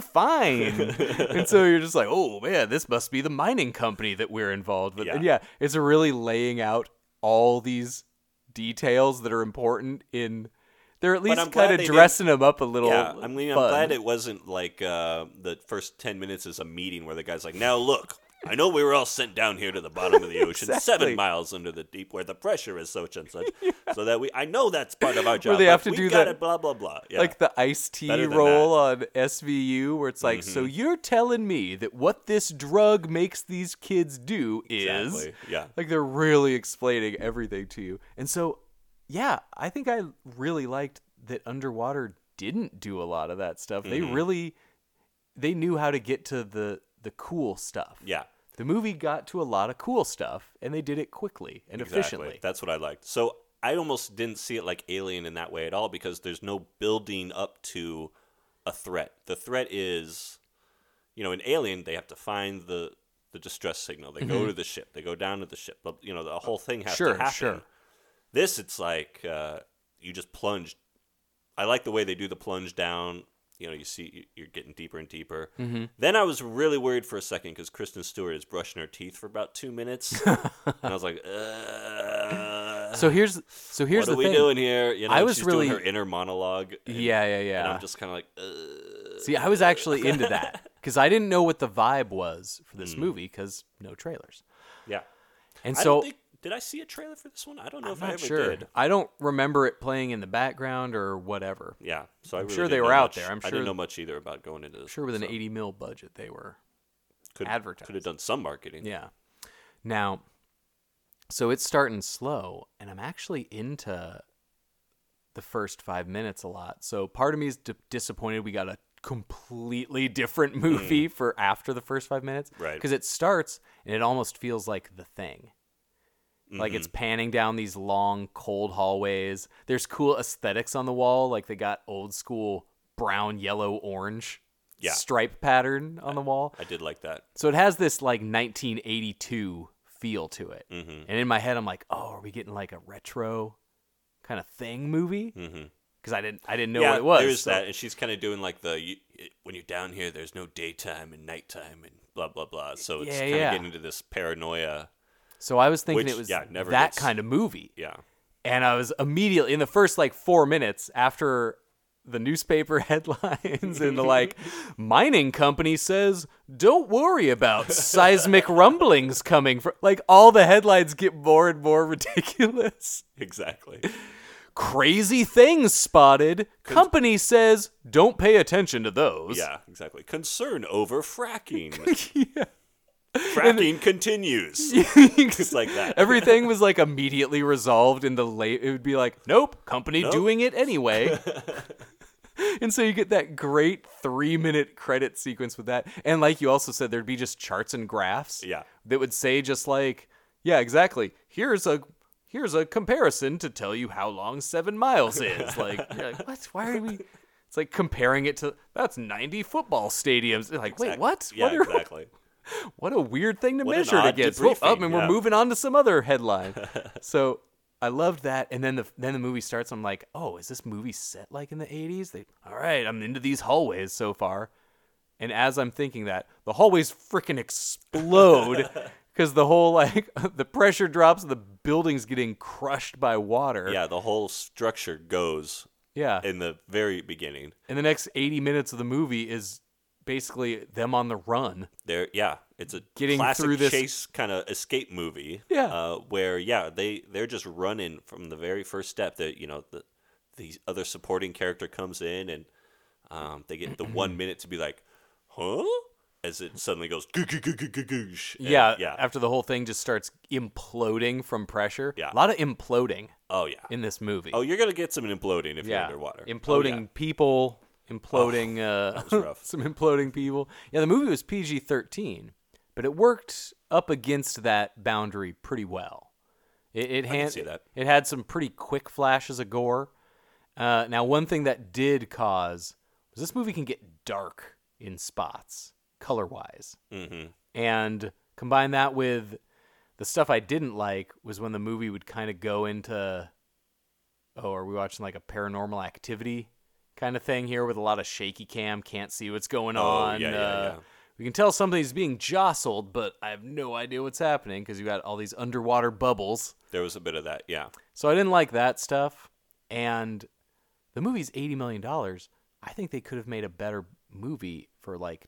find? and so you're just like, oh man, this must be the mining company that we're involved with.
Yeah.
And yeah, it's really laying out all these details that are important in. They're at
I'm
least
glad
kind of
they didn't-
dressing them up a little.
yeah, I mean, I'm
fun.
glad it wasn't like uh, the first ten minutes is a meeting where the guy's like, "Now look, I know we were all sent down here to the bottom of the ocean,
Exactly.
seven miles under the deep, where the pressure is such and such, so that we, I know that's part of our job.
they
but
have to
we
do
gotta
that-
blah blah blah. Yeah.
Like the iced tea
Better than Mm-hmm.
roll on SVU, where it's like, so you're telling me that what this drug makes these kids do is.
Exactly, yeah.
Like they're really explaining everything to you. And so yeah, I think I really liked that Underwater didn't do a lot of that stuff.
Mm-hmm.
They really they knew how to get to the the cool stuff.
Yeah.
The movie got to a lot of cool stuff and they did it quickly and efficiently.
That's what I liked. So I almost didn't see it like Alien in that way at all because there's no building up to a threat. The threat is, you know, in Alien they have to find the the distress signal. They go to the ship. They go down to the ship. But, You know, the whole thing has
Mm-hmm. Sure,
to happen.
sure.
This it's like uh, you just plunge. I like the way they do the plunge down. You know, you see you- you're getting deeper and deeper.
Mm-hmm.
Then I was really worried for a second because Kristen Stewart is brushing her teeth for about two minutes, and I was like, uh,
So here's so
what
here's the
are we
thing.
doing here? You know,
I
and
was
she's
really-
doing her inner monologue. and-
Yeah, yeah, yeah.
And I'm just kind of like, uh,
See, I was actually into that because I didn't know what the vibe was for this movie 'cause movie because no trailers.
yeah.
And
Mm. I
so
don't think, did I see a trailer for this one? I don't know
I'm
if I
not
ever
sure.
did.
I don't remember it playing in the background or whatever.
Yeah, so I
I'm
really
sure they
didn't
were
know
out
much-
there. I'm
I didn't
sure-
know much either about going into this.
sure with an 80 mil budget they were
could,
advertised.
Could have done some marketing.
yeah now so it's starting slow and i'm actually into the first five minutes a lot so part of me is d- disappointed we got a completely different movie for after the first five minutes
Mm. Right.
because it starts and it almost feels like the thing like it's
Mm-hmm.
panning down these long cold hallways there's cool aesthetics on the wall like they got old school brown yellow orange
Yeah.
stripe pattern on the wall
I did like that.
so it has this like 1982 feel to it.
Mm-hmm.
And in my head, I'm like, oh, are we getting like a retro kind of thing movie? Because I didn't, I didn't know
Mm-hmm. yeah,
what it was.
There's
so-
that, and she's kind of doing like the you, it, when you're down here, there's no daytime and nighttime and blah blah blah. So it's
Yeah,
kind of
yeah.
getting into this paranoia.
So I was thinking
which,
it was
yeah, never
that
gets-
kind of movie.
Yeah,
And I was immediately in the first like four minutes after the newspaper headlines and the like mining company says, don't worry about seismic rumblings coming from like all the headlines get more and more ridiculous.
exactly.
crazy things spotted. Company says don't pay attention to those.
Yeah, exactly. Concern over fracking. Fracking continues. It's like that.
Everything was like immediately resolved in the late. It would be like, nope, company
Nope.
doing it anyway. and so you get that great three minute credit sequence with that. And like you also said, there'd be just charts and graphs.
Yeah.
That would say just like, yeah, exactly. Here's a. Here's a comparison to tell you how long seven miles is. Like, you're like, what? Why are we? It's like comparing it to that's ninety football stadiums. You're like, wait, what?
Yeah,
what are,
exactly.
what a weird thing to
What an
measure it
odd
against. Well, I
debriefing,
mean,
yeah.
we're moving on to some other headline. so I loved that, and then the then the movie starts. I'm like, oh, is this movie set like in the '80s? They, all right, I'm into these hallways so far. And as I'm thinking that, the hallways freaking explode because the whole like the pressure drops, the building's getting crushed by water.
Yeah, the whole structure goes
yeah.
in the very beginning.
and the next 80 minutes of the movie is basically them on the run.
There, yeah, it's a
Getting
classic
through this-
chase kind of escape movie.
Yeah.
uh, where yeah, they they're just running from the very first step that you know the the other supporting character comes in and um, they get the one minute to be like, huh, as it suddenly goes. "Goo, goo, goo, goo, goo, goosh," and-
yeah,
Eh, yeah.
after the whole thing just starts imploding from pressure.
Yeah.
A lot of imploding
oh yeah.
in this movie.
oh, you're gonna get some imploding if you're
yeah.
underwater. Oh,
Imploding people, imploding
was
uh,
rough.
some imploding people. Yeah, the movie was PG 13, but it worked up against that boundary pretty well. It, it, hand,
see that.
it had some pretty quick flashes of gore. Uh, now, one thing that did cause was this movie can get dark in spots, color wise
Mm-hmm.
and combine that with the stuff I didn't like was when the movie would kind of go into oh are we watching like a paranormal activity kind of thing here with a lot of shaky cam can't see what's going
Oh,
on
yeah, yeah,
uh,
yeah.
we can tell something's being jostled but I have no idea what's happening because you got all these underwater bubbles
There was a bit of that. Yeah.
so I didn't like that stuff and the movie's 80 million dollars I think they could have made a better movie for like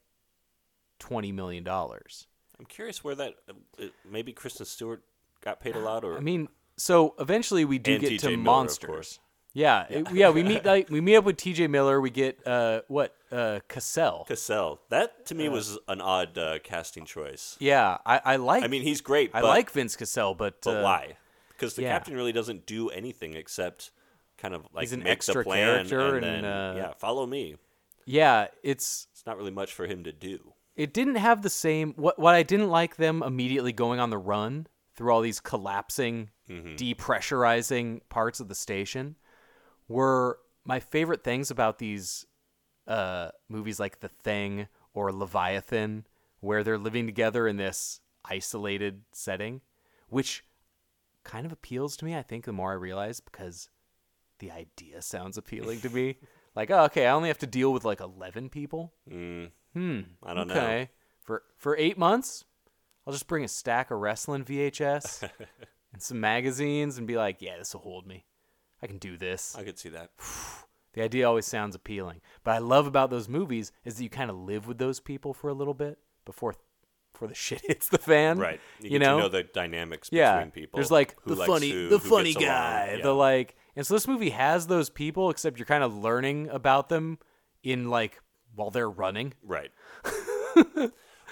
20 million dollars
I'm curious where that uh, maybe Kristen Stewart got paid a lot, or
I mean, so eventually we do
And
get
T.J.
to
Miller, of
monsters.
course.
Yeah, it- yeah. We meet like we meet up with T.J. Miller. We get uh what uh Cassell.
Cassell. That to me was an odd uh, casting choice.
Yeah, I I like.
I mean, he's great.
I
but,
like Vince Cassell, but
but
uh,
why? because the
Yeah.
captain really doesn't do anything except kind of like
He's an
make
extra
the plan
character
and,
and,
then,
uh,
yeah, follow me.
Yeah, it's
It's not really much for him to do.
it didn't have the same what what I didn't like them immediately going on the run through all these collapsing,
Mm-hmm.
depressurizing parts of the station were my favorite things about these uh movies like The Thing or Leviathan where they're living together in this isolated setting which kind of appeals to me I think the more I realize because the idea sounds appealing to me like oh, okay I only have to deal with like 11 people
Mm.
Hmm,
I don't know.
Okay. For for eight months, I'll just bring a stack of wrestling VHS and some magazines and be like, yeah, this will hold me. I can do this.
I could see that.
The idea always sounds appealing. But I love about those movies is that you kind of live with those people for a little bit before before the shit hits the fan.
Right.
You,
get to
know,
know the dynamics
yeah.
between people.
There's like
who
the
likes
funny
who,
the
who
funny
gets along,
guy.
yeah.
The like and so this movie has those people, except you're kind of learning about them in like while they're running.
Right.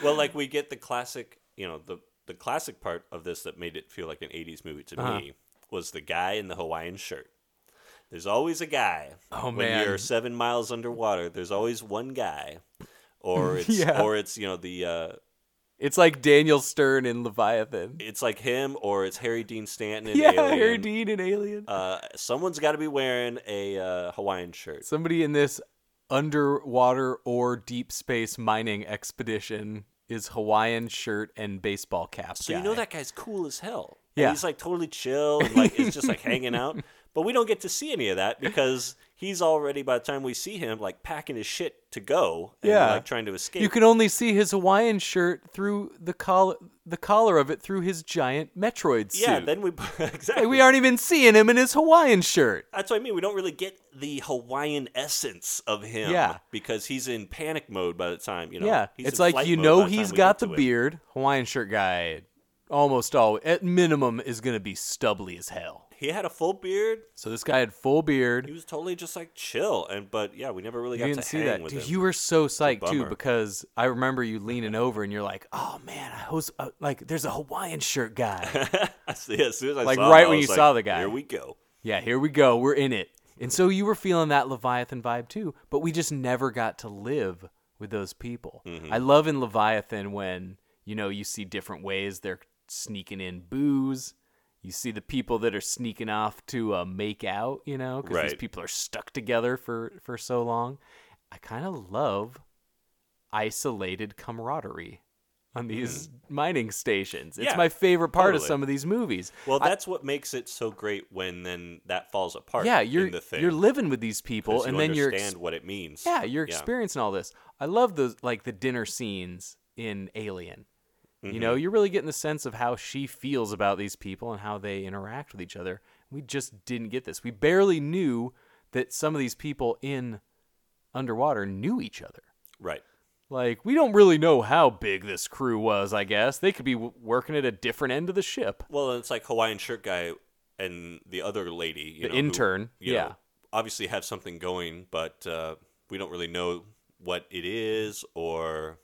well, like we get the classic, you know, the the classic part of this that made it feel like an 80s movie to
Uh-huh.
me was the guy in the Hawaiian shirt. There's always a guy.
Oh,
when
man.
you're 7 miles underwater, there's always one guy. Or it's
Yeah.
or it's, you know, the uh
It's like Daniel Stern in Leviathan.
it's like him or it's Harry Dean Stanton and
yeah,
Alien.
Harry Dean and Alien.
Uh, someone's got to be wearing a uh, Hawaiian shirt.
Somebody in this underwater or deep space mining expedition is Hawaiian shirt and baseball cap.
So you know that guy's cool as hell. And
Yeah.
he's like totally chill and like is just like hanging out. But we don't get to see any of that because he's already by the time we see him like packing his shit to go and
Yeah.
like trying to escape.
You can only see his Hawaiian shirt through the collar, the collar of it through his giant Metroid suit.
yeah, then we exactly
Like, we aren't even seeing him in his Hawaiian shirt.
That's what I mean. We don't really get the Hawaiian essence of him
Yeah.
because he's in panic mode by the time, you know.
yeah,
he's
it's
in
like
flight
you
mode
know
by time
he's
we
got
get
the
to it.
beard. Hawaiian shirt guy, almost all at minimum is gonna be stubbly as hell.
He had a full beard.
So this guy had full beard.
He was totally just like chill and but yeah, we never really got
you didn't
to
see
hang
that,
with
dude.
him.
You were so psyched too
bummer.
because I remember you leaning over and you're like, "Oh man, I was uh, like, there's a Hawaiian shirt guy."
yeah, as soon as I
Like,
saw him,
right
I
when
was
you
like,
saw the guy.
Here we go.
yeah, here we go, we're in it. And so you were feeling that Leviathan vibe too, but we just never got to live with those people.
Mm-hmm.
I love in Leviathan when you know you see different ways they're sneaking in booze. You see the people that are sneaking off to uh, make out, you know, because these
Right.
people are stuck together for for so long. I kind of love isolated camaraderie on these mining stations. It's
Mm-hmm. Yeah,
my favorite part of
totally.
some of these movies.
Well,
I-
that's what makes it so great when then that falls apart.
yeah, you're
in the thing.
you're living with these people,
'cause
and
you
then you're
understand
ex-
what it means.
yeah you're experiencing all this. I love those like the dinner scenes in Alien. You
Mm-hmm.
know, you're really getting the sense of how she feels about these people and how they interact with each other. We just didn't get this. We barely knew that some of these people in underwater knew each other.
Right.
Like, we don't really know how big this crew was, I guess. They could be w- working at a different end of the ship.
Well, it's like Hawaiian shirt guy and the other lady, you
The
know, who,
intern,
you
yeah.
know, obviously have something going, but uh, we don't really know what it is. Or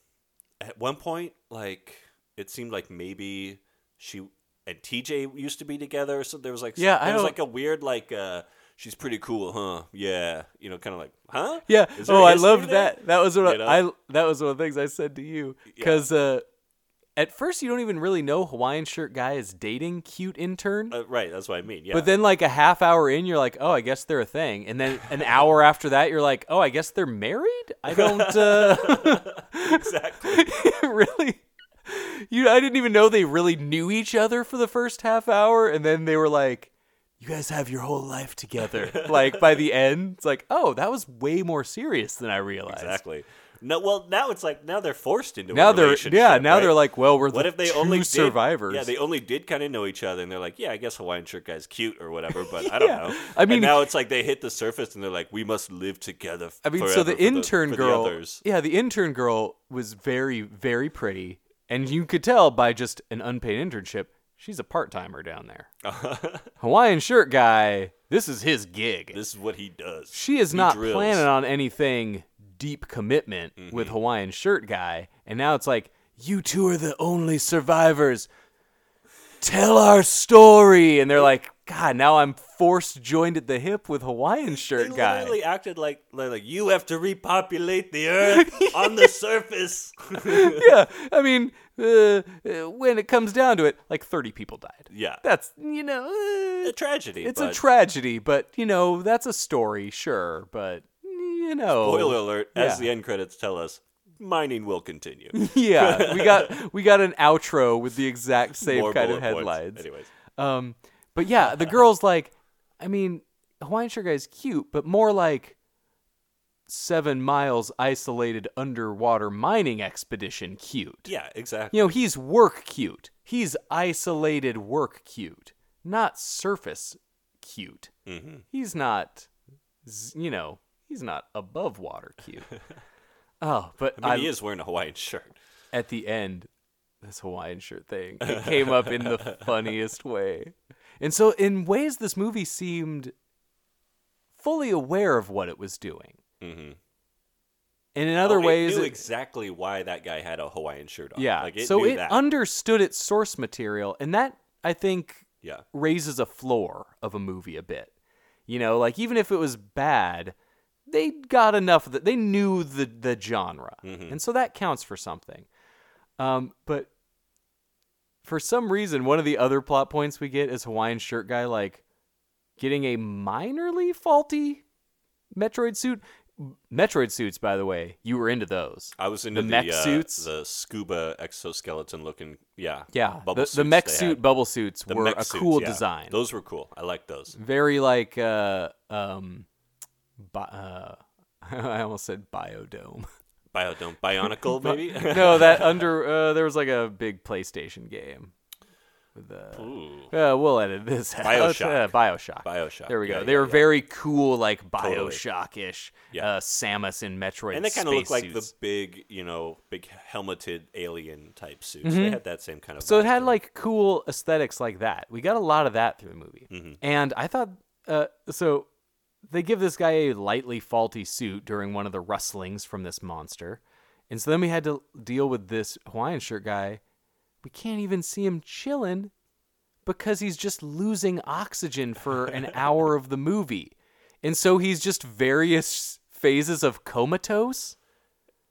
at one point, like it seemed like maybe she and TJ used to be together, so there was like
Yeah, I
there was
don't-
like a weird like. Uh, She's pretty cool, huh? Yeah, you know, kind of like, huh?
Yeah.
Is there
Oh, I
history
loved
there?
that. That was what
You
I,
know?
I- that was one of the things I said to you because uh, at first you don't even really know Hawaiian shirt guy is dating cute intern,
Uh, right, that's what I mean. Yeah,
but then like a half hour in you're like, oh, I guess they're a thing, and then an hour after that you're like, oh, I guess they're married. I don't uh,
exactly.
really. You, I didn't even know they really knew each other for the first half hour, and then they were like. You guys have your whole life together. like by the end, it's like, oh, that was way more serious than I realized.
Exactly. No, well, now it's like now they're forced into
now
a
they're
relationship,
yeah now
right?
they're like well we're
what
the
if they
two
only did-
survivors
yeah, they only did kind of know each other, and they're like, yeah, I guess Hawaiian shirt guy's cute or whatever, but I don't
Yeah.
know.
I mean-
and now it's like they hit the surface, and they're like, we must live together. f-
I mean
forever
so
for
the intern
for the
girl
others.
yeah the intern girl was very very pretty and you could tell by just an unpaid internship she's a part timer down there Hawaiian shirt guy this is his gig
This is what he does.
she is
He
not
drills. Mm-hmm.
planning on anything deep commitment with Hawaiian shirt guy and now it's like you two are the only survivors tell our story. And they're like, God, now I'm forced joined at the hip with Hawaiian
They
shirt guy.
literally acted like, like like, you have to repopulate the earth on the surface.
yeah, I mean, uh, uh, when it comes down to it, like 30 people died.
Yeah.
That's, you know, uh,
a tragedy.
it's a
but
tragedy, but, you know, that's a story, sure, but, you know.
Spoiler alert, as
Yeah.
the end credits tell us, mining will continue.
yeah, we got we got an outro with the exact same
More
kind of
bullet points.
headlines.
Anyways.
Um, but yeah, the girl's like, I mean, Hawaiian shirt guy's cute, but more like seven miles isolated underwater mining expedition cute.
Yeah, exactly.
You know, he's work cute. He's isolated work cute, not surface cute.
Mm-hmm.
He's not, z- you know, he's not above water cute. oh, but
I mean, he
I-
is wearing a Hawaiian shirt.
at the end, this Hawaiian shirt thing, it came up in the funniest way. And so, in ways, this movie seemed fully aware of what it was doing.
Mm-hmm.
And in other
Oh, it
ways,
knew
it-
exactly why that guy had a Hawaiian shirt on.
yeah.
like it
so
knew
it
that.
understood its source material, and that I think
yeah,
raises a floor of a movie a bit. You know, like even if it was bad, they got enough that they knew the the genre,
Mm-hmm.
and so that counts for something. Um, but for some reason, one of the other plot points we get is Hawaiian shirt guy like getting a minorly faulty Metroid suit. Metroid suits, by the way, you were into those.
I was into
the
the,
mech
uh,
suits.
the scuba exoskeleton looking. Yeah,
yeah,
bubble
the,
suits
the mech
they
suit
had.
bubble suits
The
were
mech
a
suits,
cool
yeah.
design.
Those were cool. I like those.
very like uh um bi- uh I almost said biodome.
Biodome, Bionicle, maybe.
No, that under uh, there was like a big PlayStation game.
Ooh.
Uh, we'll edit this out.
Bioshock.
Uh, Bioshock.
Bioshock,
There we go.
yeah,
they
yeah,
were
yeah.
very cool, like
Totally.
Bioshock-ish.
Yeah.
Uh, Samus in Metroid.
and they kind of look like the
spacesuits.
big, you know, big helmeted alien type suits. They had that same kind of.
Mm-hmm. So it
vibe to
had like cool aesthetics like that. We got a lot of that through the movie. And I thought, uh, so they give this guy a lightly faulty suit during one of the rustlings from this monster. And so then we had to deal with this Hawaiian shirt guy. We can't even see him chilling because he's just losing oxygen for an hour of the movie. And so he's just various phases of comatose.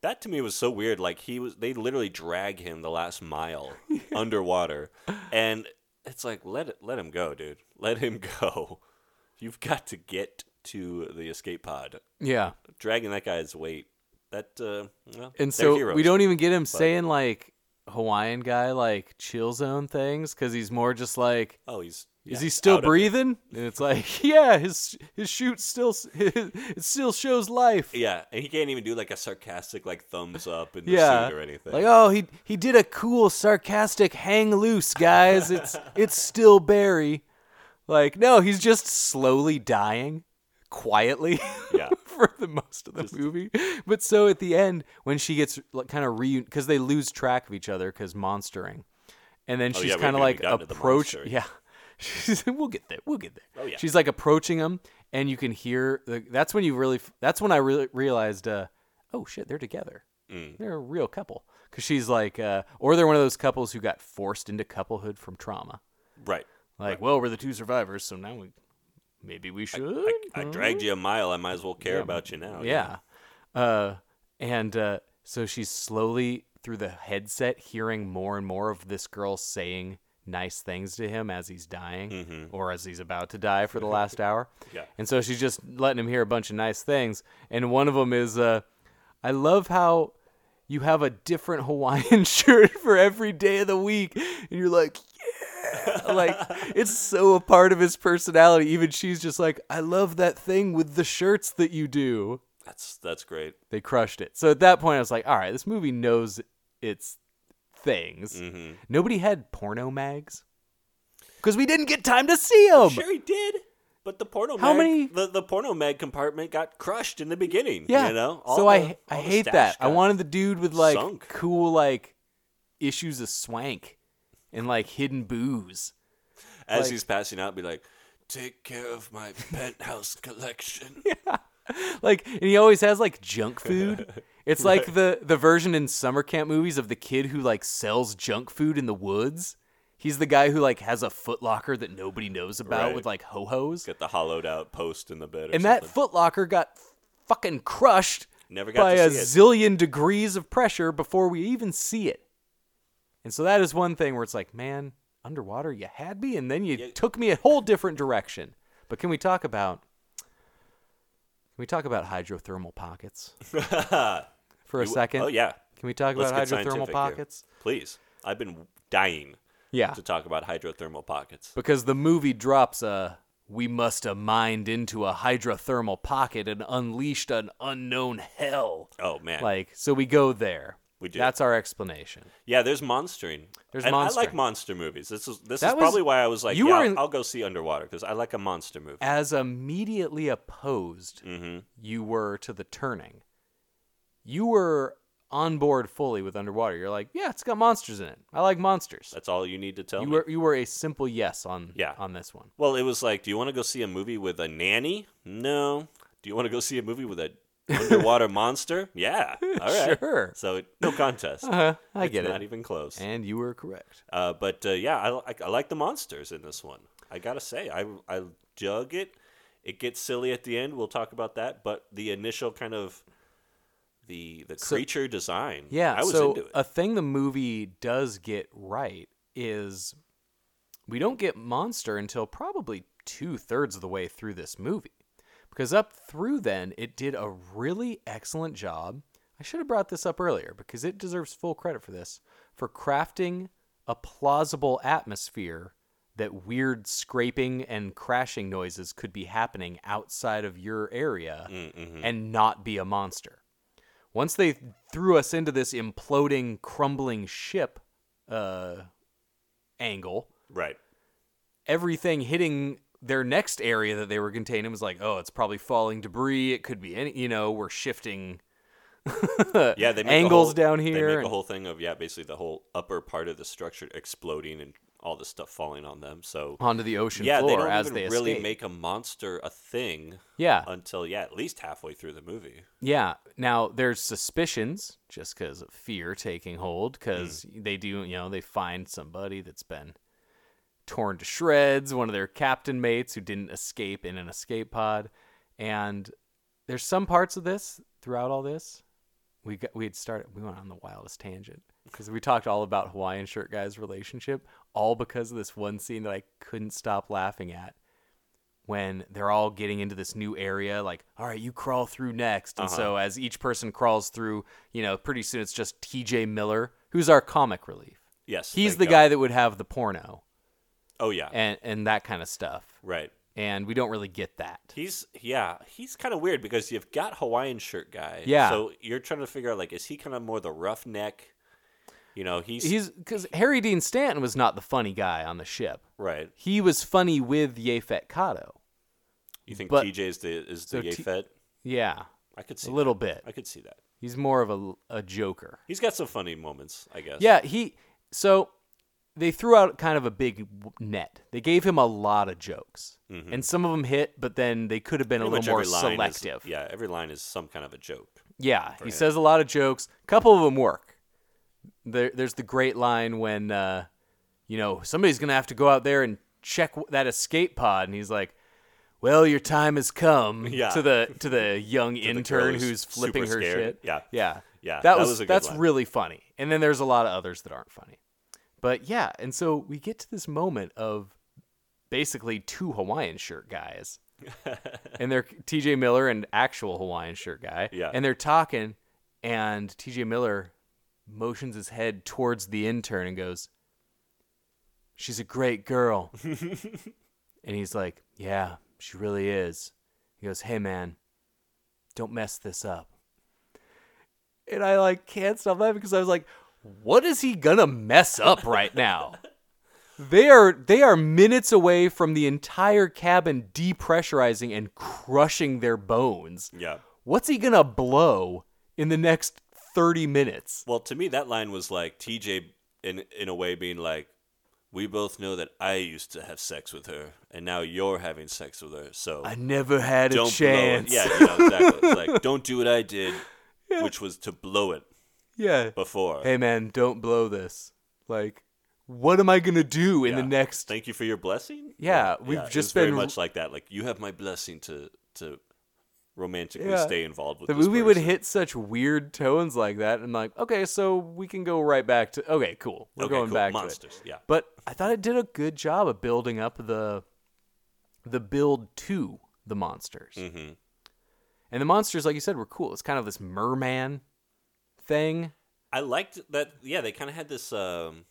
That to me was so weird. Like he was, they literally drag him the last mile underwater, and it's like let it, let him go, dude. Let him go. You've got to get to the escape pod.
Yeah.
Dragging that guy's weight. That uh, well, they're
and so
heroes.
we don't even get him saying like Hawaiian guy like chill zone things because he's more just like,
Oh, he's yeah,
is he still
out of it.
breathing? And it's like, yeah, his his shoot still s- it still shows life.
Yeah, and he can't even do like a sarcastic like thumbs up in the
yeah,
suit or anything.
like oh he he did a cool sarcastic hang loose guys. It's it's still Barry. Like no, he's just slowly dying quietly.
yeah,
for the most of the movie. But so at the end, when she gets like, kind of reun, because they lose track of each other because monstering, and then
Oh,
she's
yeah, we
kind
haven't
of like
even gotten to the
approach.
monstering.
Yeah, she's we'll get there. We'll get there.
Oh, yeah.
She's like approaching him, and you can hear. The, that's when you really. f- That's when I really realized. Uh, oh shit, they're together.
Mm.
They're a real couple. Because she's like, uh, or they're one of those couples who got forced into couplehood from trauma.
right.
Like, well, we're the two survivors, so now we. Maybe we should.
I, I dragged you a mile. I might as well care about you now.
Yeah. Uh, and uh, so she's slowly through the headset hearing more and more of this girl saying nice things to him as he's dying or as he's about to die for the last hour.
Mm-hmm. Yeah.
And so she's just letting him hear a bunch of nice things. And one of them is uh, I love how you have a different Hawaiian shirt for every day of the week. And you're like, like it's so a part of his personality. Even she's just like, I love that thing with the shirts that you do.
That's that's great.
They crushed it. So at that point, I was like, all right, this movie knows its things.
Mm-hmm.
Nobody had porno mags because we didn't get time to see them.
Sure, he did. But the porno
How
mag,
many-
the, the porno mag compartment got crushed in the beginning.
Yeah.
you know. All
so
the-
I
all the
I hate
stash
that. I
got-
wanted the dude with like
sunk.
cool like issues of swank and like hidden booze.
as
like-
he's passing out, be like, "Take care of my penthouse collection."
like and he always has like junk food it's like the the version in summer camp movies of the kid who like sells junk food in the woods He's the guy who like has a footlocker that nobody knows about
Right.
with like ho hos.
Get the hollowed out post in the bed. Or
And that
something.
footlocker got fucking crushed
Never got
by
to
a
see it.
zillion degrees of pressure before we even see it. And so that is one thing where it's like, man, underwater you had me and then you took me a whole different direction. But can we talk about can we talk about hydrothermal pockets for a
You-
second?
Oh yeah.
Can we talk
Let's
about
get scientific
hydrothermal
here.
pockets?
Please. I've been dying
Yeah.
to talk about hydrothermal pockets.
Because the movie drops a we must have mined into a hydrothermal pocket and unleashed an unknown hell.
Oh man.
Like, so we go there.
We do.
That's our explanation.
yeah, there's monstering.
There's
and I like
monstering.
monster movies. This is this is
That was-
probably why I was like,
you
yeah,
were
I'll-
in-
I'll go see underwater because I like a monster movie.
As immediately opposed
Mm-hmm.
you were to the turning, you were on board fully with underwater. You're like, yeah, it's got monsters in it. I like monsters.
That's all you need to tell
you
me.
were you were a simple yes on
Yeah.
on this one.
Well, it was like, do you want to go see a movie with a nanny? No. Do you want to go see a movie with a underwater monster? Yeah. All right.
Sure. Uh-huh.
So no contest.
I
It's
get it.
Not even close.
and you were correct.
Uh, but uh, yeah, I, I, I like the monsters in this one. I gotta say, I I dug it. It gets silly at the end. We'll talk about that. But the initial kind of the the
So-
creature design.
Yeah.
I was
so uh,
into it.
a thing the movie does get right is we don't get monster until probably two thirds of the way through this movie, because up through then it did a really excellent job. I should have brought this up earlier because it deserves full credit for this for crafting a plausible atmosphere that weird scraping and crashing noises could be happening outside of your area
Mm, mm-hmm.
and not be a monster once they threw us into this imploding, crumbling ship uh, angle,
right.
everything hitting their next area that they were containing was like, oh, it's probably falling debris. It could be any, you know, we're shifting.
Yeah, they make a
angles
whole-
down
They
here.
make
and-
a whole thing of yeah, basically the whole upper part of the structure exploding and all this stuff falling on them. So
onto the ocean
yeah,
floor
they don't
as
even
they
really
escape.
make a monster a thing
yeah,
until yeah, at least halfway through the movie.
yeah. Now there's suspicions just because of fear taking hold because they do, you know, they find somebody that's been torn to shreds, one of their captain mates who didn't escape in an escape pod. And there's some parts of this throughout all this. We got, we had started we went on the wildest tangent because we talked all about Hawaiian shirt guy's relationship, all because of this one scene that I couldn't stop laughing at when they're all getting into this new area like all right you crawl through next and so
Uh-huh.
as each person crawls through you know pretty soon it's just tj miller who's our comic relief
Yes,
he's
thank
the
God.
guy that would have the porno
Oh yeah,
and and that kind of stuff.
right.
And we don't really get that.
He's yeah, he's kind of weird because you've got Hawaiian shirt guy.
Yeah.
So you're trying to figure out like, is he kind of more the roughneck? You know, he's,
He's because Harry Dean Stanton was not the funny guy on the ship.
right.
He was funny with Yefet Kato.
You think
but-
TJ is the is
so
the
T-
Yafet?
Yeah,
I could see
a
that.
little bit.
I could see that.
He's more of a a joker.
He's got some funny moments, I guess.
Yeah, he. So they threw out kind of a big w- net. They gave him a lot of jokes, and some of them hit, but then they could have been
Mm-hmm. Pretty
a
much
little more
every line is-
selective.
yeah, every line is some kind of a joke.
Yeah, he says a lot of jokes. A couple of them work. There, there's the great line when, uh, you know, somebody's gonna have to go out there and check w- that escape pod, and he's like, "Well, your time has come."
Yeah.
To the to the young
girl
intern
who's
who's
super
flipping her
scared.
shit.
Yeah.
Yeah.
Yeah,
That,
that
was,
was a good
that's
line.
really funny. And then there's a lot of others that aren't funny. But yeah, and so we get to this moment of basically two Hawaiian shirt guys and they're TJ Miller and actual Hawaiian shirt guy.
Yeah.
And they're talking, and TJ Miller motions his head towards the intern and goes, She's a great girl. and he's like, Yeah, she really is. He goes, Hey, man, don't mess this up. And I like can't stop laughing because I was like, what is he gonna mess up right now? They are they are minutes away from the entire cabin depressurizing and crushing their bones.
Yeah.
What's he gonna blow in the next thirty minutes?
Well, to me, that line was like TJ in in a way being like, "We both know that I used to have sex with her, and now you're having sex with her, so
I never had a
don't
chance.
blow it." Yeah, you know, exactly. It's like, don't do what I did, which was to blow it
yeah.
before.
Hey man, don't blow this. Like what am I gonna do in the
Yeah.
next?
Thank you for your blessing.
Yeah, we've
it
just
was very
been-
much like that. Like you have my blessing to to romantically
Yeah.
stay involved with.
The
this
movie would
person.
hit such weird tones like that, and like, okay, so we can go right back to okay, cool. We're
Okay,
going
cool.
back to
Monsters,
it.
yeah.
But I thought it did a good job of building up the the build to the monsters. Mm-hmm. And the monsters, like you said, were cool. It's kind of this merman thing.
I liked that. Yeah, they kind of had this. Um,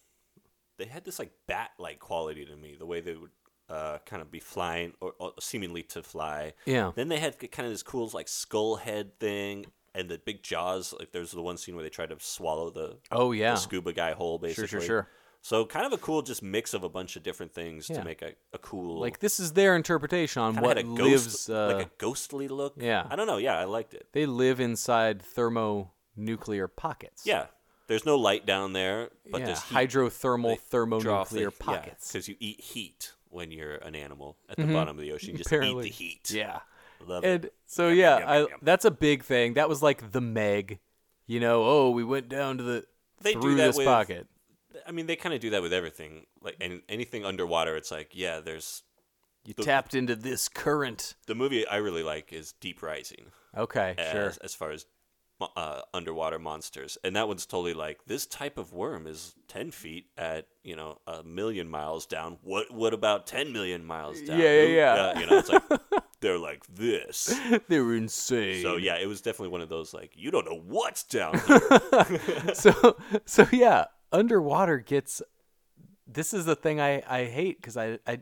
they had this like bat like quality to me. The way they would uh, kind of be flying or, or seemingly to fly.
Yeah.
Then they had kind of this cool like skull head thing and the big jaws. Like there's the one scene where they tried to swallow the
Oh yeah.
the scuba guy whole
sure,
basically.
sure.
So kind of a cool just mix of a bunch of different things
Yeah.
to make a, a cool
Like this is their interpretation on
kinda
what
had a
lives.
ghost,
uh,
like a ghostly look.
yeah.
I don't know. Yeah, I liked it.
They live inside thermonuclear pockets.
Yeah, there's no light down there, but
yeah.
there's heat
hydrothermal
draw
thermonuclear
things- yeah,
pockets. Mm-hmm.
you eat heat when you're an animal at the bottom of the ocean. You just
Apparently.
eat the heat.
Yeah.
Love it.
And so
Yum,
yeah,
yum,
I,
yum, yum.
that's a big thing. That was like the Meg, you know. Oh, we went down to the
They do
through
that
this
with-
pocket.
I mean, they kind of do that with everything. Like and anything underwater, it's like yeah, there's
You tapped into this current.
the movie I really like is Deep Rising.
Okay,
as,
sure.
as far as mo- uh, underwater monsters. And that one's totally like this type of worm is 10 feet at, you know, a million miles down. What what about 10 million miles down?
Yeah, yeah,
Who-
yeah.
you know, it's like they're like this.
they were insane.
So yeah, it was definitely one of those like you don't know what's down here.
so so yeah underwater gets this is the thing i i hate because I, I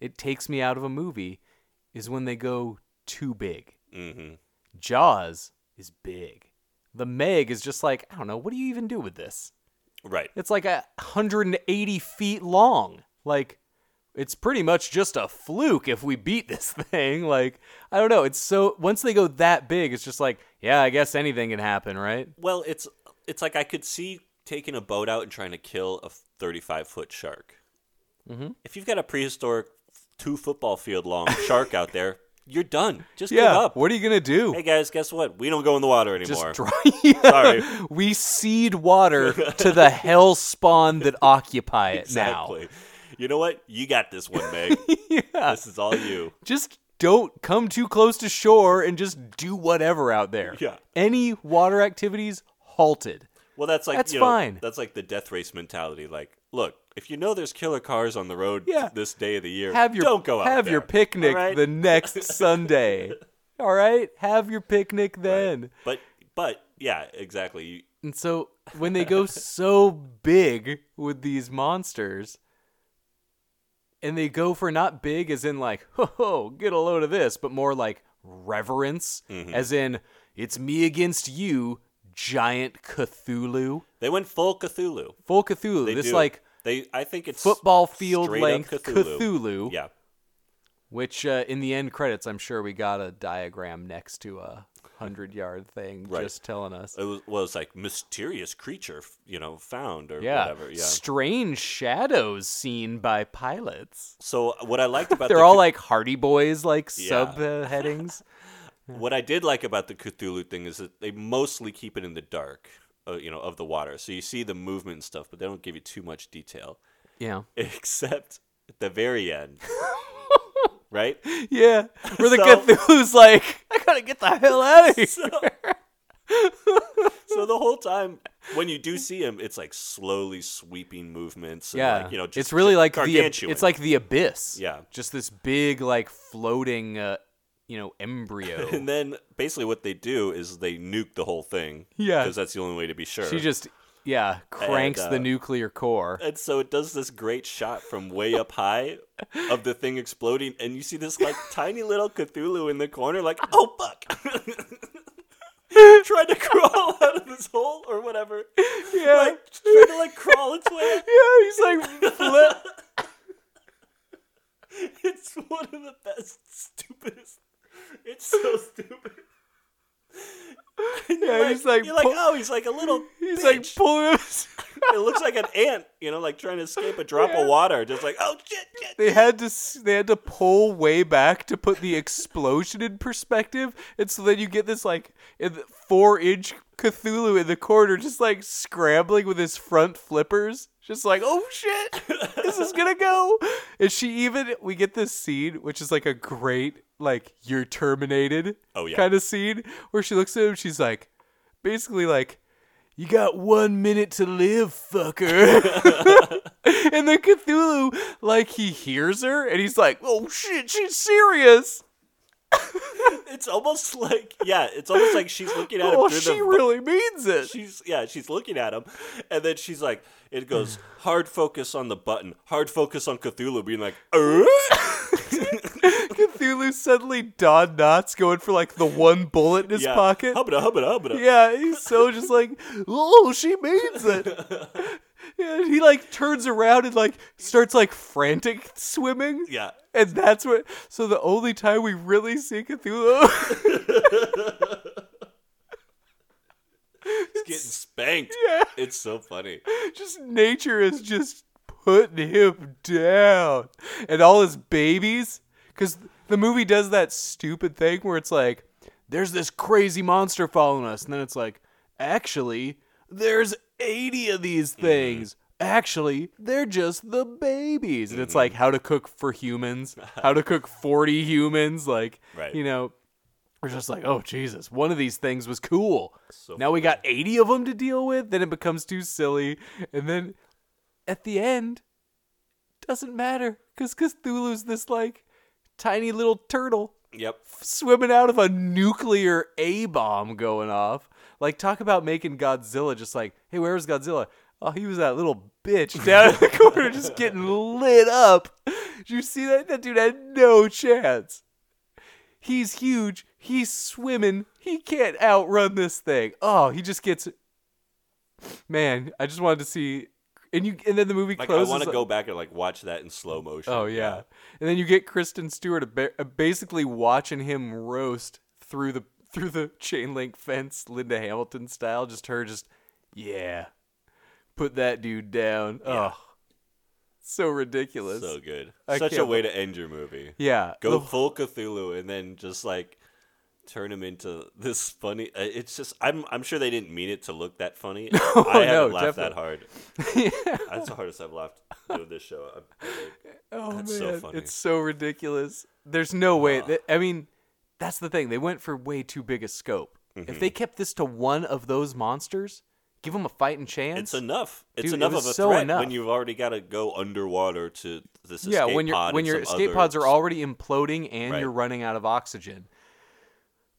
it takes me out of a movie is when they go too big mm-hmm. jaws is big the meg is just like i don't know what do you even do with this
right.
it's like a 180 feet long like it's pretty much just a fluke if we beat this thing like i don't know it's so once they go that big it's just like yeah i guess anything can happen right
Well, it's it's like I could see taking a boat out and trying to kill a 35 foot shark. Mm-hmm. If you've got a prehistoric two football field long shark out there, you're done. Just give
yeah
up.
what are you gonna do
hey guys, guess what? We don't go in the water
just
anymore.
dry.
Sorry.
we seed water to the hell spawn that occupy it now.
Exactly. You know what? You got this one, Meg.
Yeah.
This is all you.
Just don't come too close to shore and just do whatever out there.
Yeah.
Any water activities halted.
Well, that's like
That's
you know,
fine.
That's like the death race mentality. Like, look, if you know there's killer cars on the road
Yeah.
this day of the year,
Have your
don't go out.
have your
there,
picnic
all right?
the next Sunday. All right? Have your picnic then.
But but yeah, exactly. You,
And so when they go so big with these monsters, and they go for not big as in like, ho ho, get a load of this, but more like reverence,
Mm-hmm.
as in, it's me against you, giant Cthulhu.
they went full Cthulhu.
Full Cthulhu.
They
this
do.
like
they. I think it's
football field
straight up
length
Cthulhu.
Cthulhu.
Yeah.
which uh, in the end credits, I'm sure we got a diagram next to a hundred yard thing
Right.
just telling us.
It was, was like mysterious creature, you know, found or
Yeah.
whatever. Yeah.
Strange shadows seen by pilots.
So what I liked about
They're
the
all
Cth-
like Hardy Boys, like uh,
Yeah.
subheadings.
What I did like about the Cthulhu thing is that they mostly keep it in the dark, uh, you know, of the water. So you see the movement and stuff, but they don't give you too much detail,
yeah.
except at the very end, right?
Yeah. Where the
So-
Cthulhu's like, I gotta get the hell out of here.
So, so the whole time when you do see him, it's like slowly sweeping movements. And
Yeah.
like, you know, just,
it's really like the ab-
gargantuan.
it's like the abyss.
Yeah.
Just this big like floating uh, you know, embryo.
And then basically what they do is they nuke the whole thing.
Yeah.
because that's the only way to be sure.
she just yeah, cranks
uh,
the nuclear core.
and so it does this great shot from way up high of the thing exploding and you see this like tiny little cthulhu in the corner like oh fuck trying to crawl out of this hole or whatever
yeah.
like trying to like crawl its way out.
yeah, he's like flip.
it's one of the best stupidest it's so stupid And you're
Yeah, he's like
you're like
pull-
oh he's like a little
He's
bitch."
like pulling him.
it looks like an ant you know like trying to escape a drop
Yeah.
of water just like oh shit, shit
They had to s- they had to pull way back to put the explosion in perspective, and so then you get this like in- four inch Cthulhu in the corner, just like scrambling with his front flippers, Just like, oh shit, this is gonna go. And she even we get this scene, which is like a great like you're terminated
Oh, yeah.
kind of scene where she looks at him, she's like, basically like, you got one minute to live, fucker. and then Cthulhu, like he hears her and he's like, oh shit, she's serious.
It's almost like yeah, it's almost like she's looking at him
Oh,
through
she
the
really means it.
she's yeah, she's looking at him and then she's like it goes hard focus on the button, hard focus on Cthulhu being like "Uh?"
Cthulhu suddenly Don Knotts going for like the one bullet in his
yeah,
pocket.
Hubba hubba hubba.
Yeah, he's so just like, oh, she means it. Yeah, he like turns around and like starts like frantic swimming.
Yeah.
And that's what. So the only time we really see Cthulhu,
He's getting spanked.
Yeah.
It's so funny.
just nature is just putting him down, and all his babies. Because the movie does that stupid thing where it's like, there's this crazy monster following us, and then it's like, actually, there's eighty of these things. Actually, they're just the babies, and it's like how to cook for humans, how to cook forty humans, like
Right.
you know. We're just like, oh Jesus! One of these things was cool. now we got eighty of them to deal with. Then it becomes too silly, and then at the end, doesn't matter because Cthulhu's this like tiny little turtle
Yep.
swimming out of a nuclear A bomb going off. Like, talk about making Godzilla just like, hey, where was Godzilla? Oh, he was that little bitch down in the corner just getting lit up. Did you see that? That dude had no chance. He's huge. He's swimming. He can't outrun this thing. Oh, he just gets. Man, I just wanted to see. And you, and then the movie
Like
closes.
I want to go back and like watch that in slow motion.
Oh yeah. and then you get Kristen Stewart ba- uh, basically watching him roast through the through the chain link fence, Linda Hamilton style. Just her, just yeah, put that dude down. Oh, so ridiculous.
So good.
I
Such a
can't
way to end your movie.
yeah,
Go
the-
full Cthulhu and then just like turn him into this funny. uh, It's just I'm I'm sure they didn't mean it to look that funny. I haven't
Oh, no,
laughed that
definitely.
hard. That's the hardest I've laughed doing this show. I- I think.
Oh
That's so
man,
funny.
it's so ridiculous. There's no way. that- I mean, that's the thing. They went for way too big a scope. If
Mm-hmm.
they kept this to one of those monsters, give them a fighting chance.
It's enough. It's
Dude, it
enough
was
of a
so
threat
enough.
when you've already got to go underwater to this
yeah,
escape
when your
pod
when
and
your
some
escape
other
pods are already imploding and
Right.
you're running out of oxygen,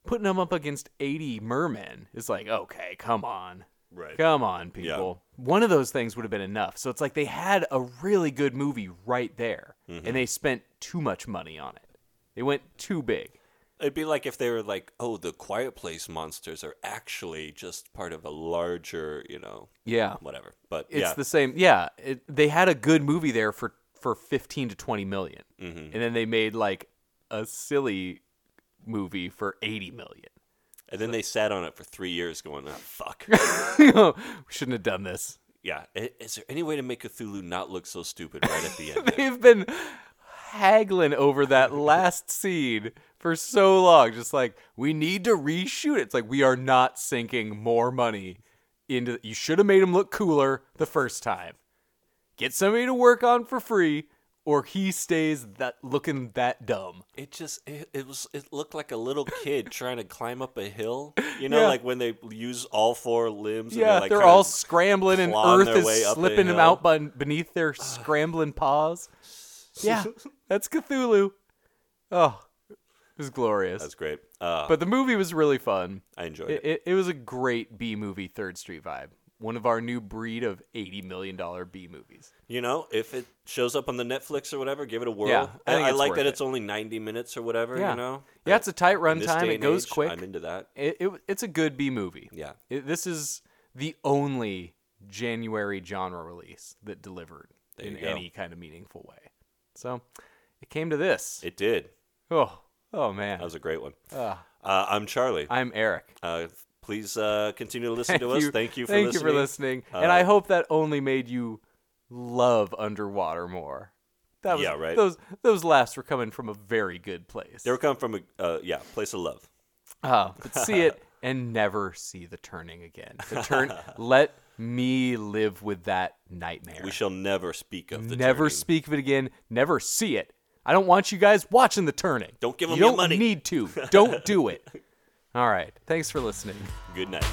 putting them up against 80 mermen is like, okay, come on,
Right.
come on, people. One of those things would have been enough. So it's like they had a really good movie right there,
Mm-hmm.
and they spent too much money on it. They went too big.
It'd be like if they were like, "Oh, the Quiet Place monsters are actually just part of a larger, you know,
Yeah,
whatever." But
it's
yeah,
the same. Yeah, it, they had a good movie there for for 15 to 20 million,
Mm-hmm.
and then they made like a silly movie for 80 million.
and then they sat on it for three years, going, "Ah, "Fuck,
we shouldn't have done this.
yeah." i- Is there any way to make Cthulhu not look so stupid right at the end? there?
They've been haggling over that last scene for so long. Just like, we need to reshoot it. It's like, we are not sinking more money into. You should have made him look cooler the first time. Get somebody to work on for free, or he stays that looking that dumb.
It just it, it was it looked like a little kid trying to climb up a hill. You know,
Yeah.
like when they use all four limbs. and
yeah,
like,
they're
kinda
all scrambling, and
clawing
Earth
their way
is
up a
slipping them
hill.
out bun- beneath their scrambling paws. Yeah, that's Cthulhu. Oh, it was glorious.
That's great. Uh,
but the movie was really fun.
I enjoyed
It,
it.
it, it was a great B movie, Third Street vibe. One of our new breed of eighty million dollar B movies.
You know, if it shows up on the Netflix or whatever, give it a whirl.
Yeah, I
I,
think
I
it's
like
worth
that
it.
it's only ninety minutes or whatever.
Yeah.
You know,
Yeah, it's a tight
In this
runtime.
day
It
and
goes
age,
quick.
I'm into that.
it, it it's a good B movie.
Yeah.
It- this is the only January genre release that delivered
There
in
you go.
any kind of meaningful way. So it came to this.
It did.
oh, oh man. Ah,
That was a great one. Uh, I'm Charlie.
I'm Eric.
Uh, please uh, continue to listen to us. Thank you for
thank
listening.
you for listening. and
Uh,
I hope that only made you love underwater more. That was,
Yeah, right.
Those those laughs were coming from a very good place.
They will come from a uh, yeah place of love.
Oh, but see it and never see the turning again. The turn let me live with that nightmare.
We shall never speak of the
never
turning.
speak of it again, never see it. I don't want you guys watching the turning.
Don't give 'em
you
your
don't
money.
need to. Don't do it. All right. Thanks for listening.
Good night.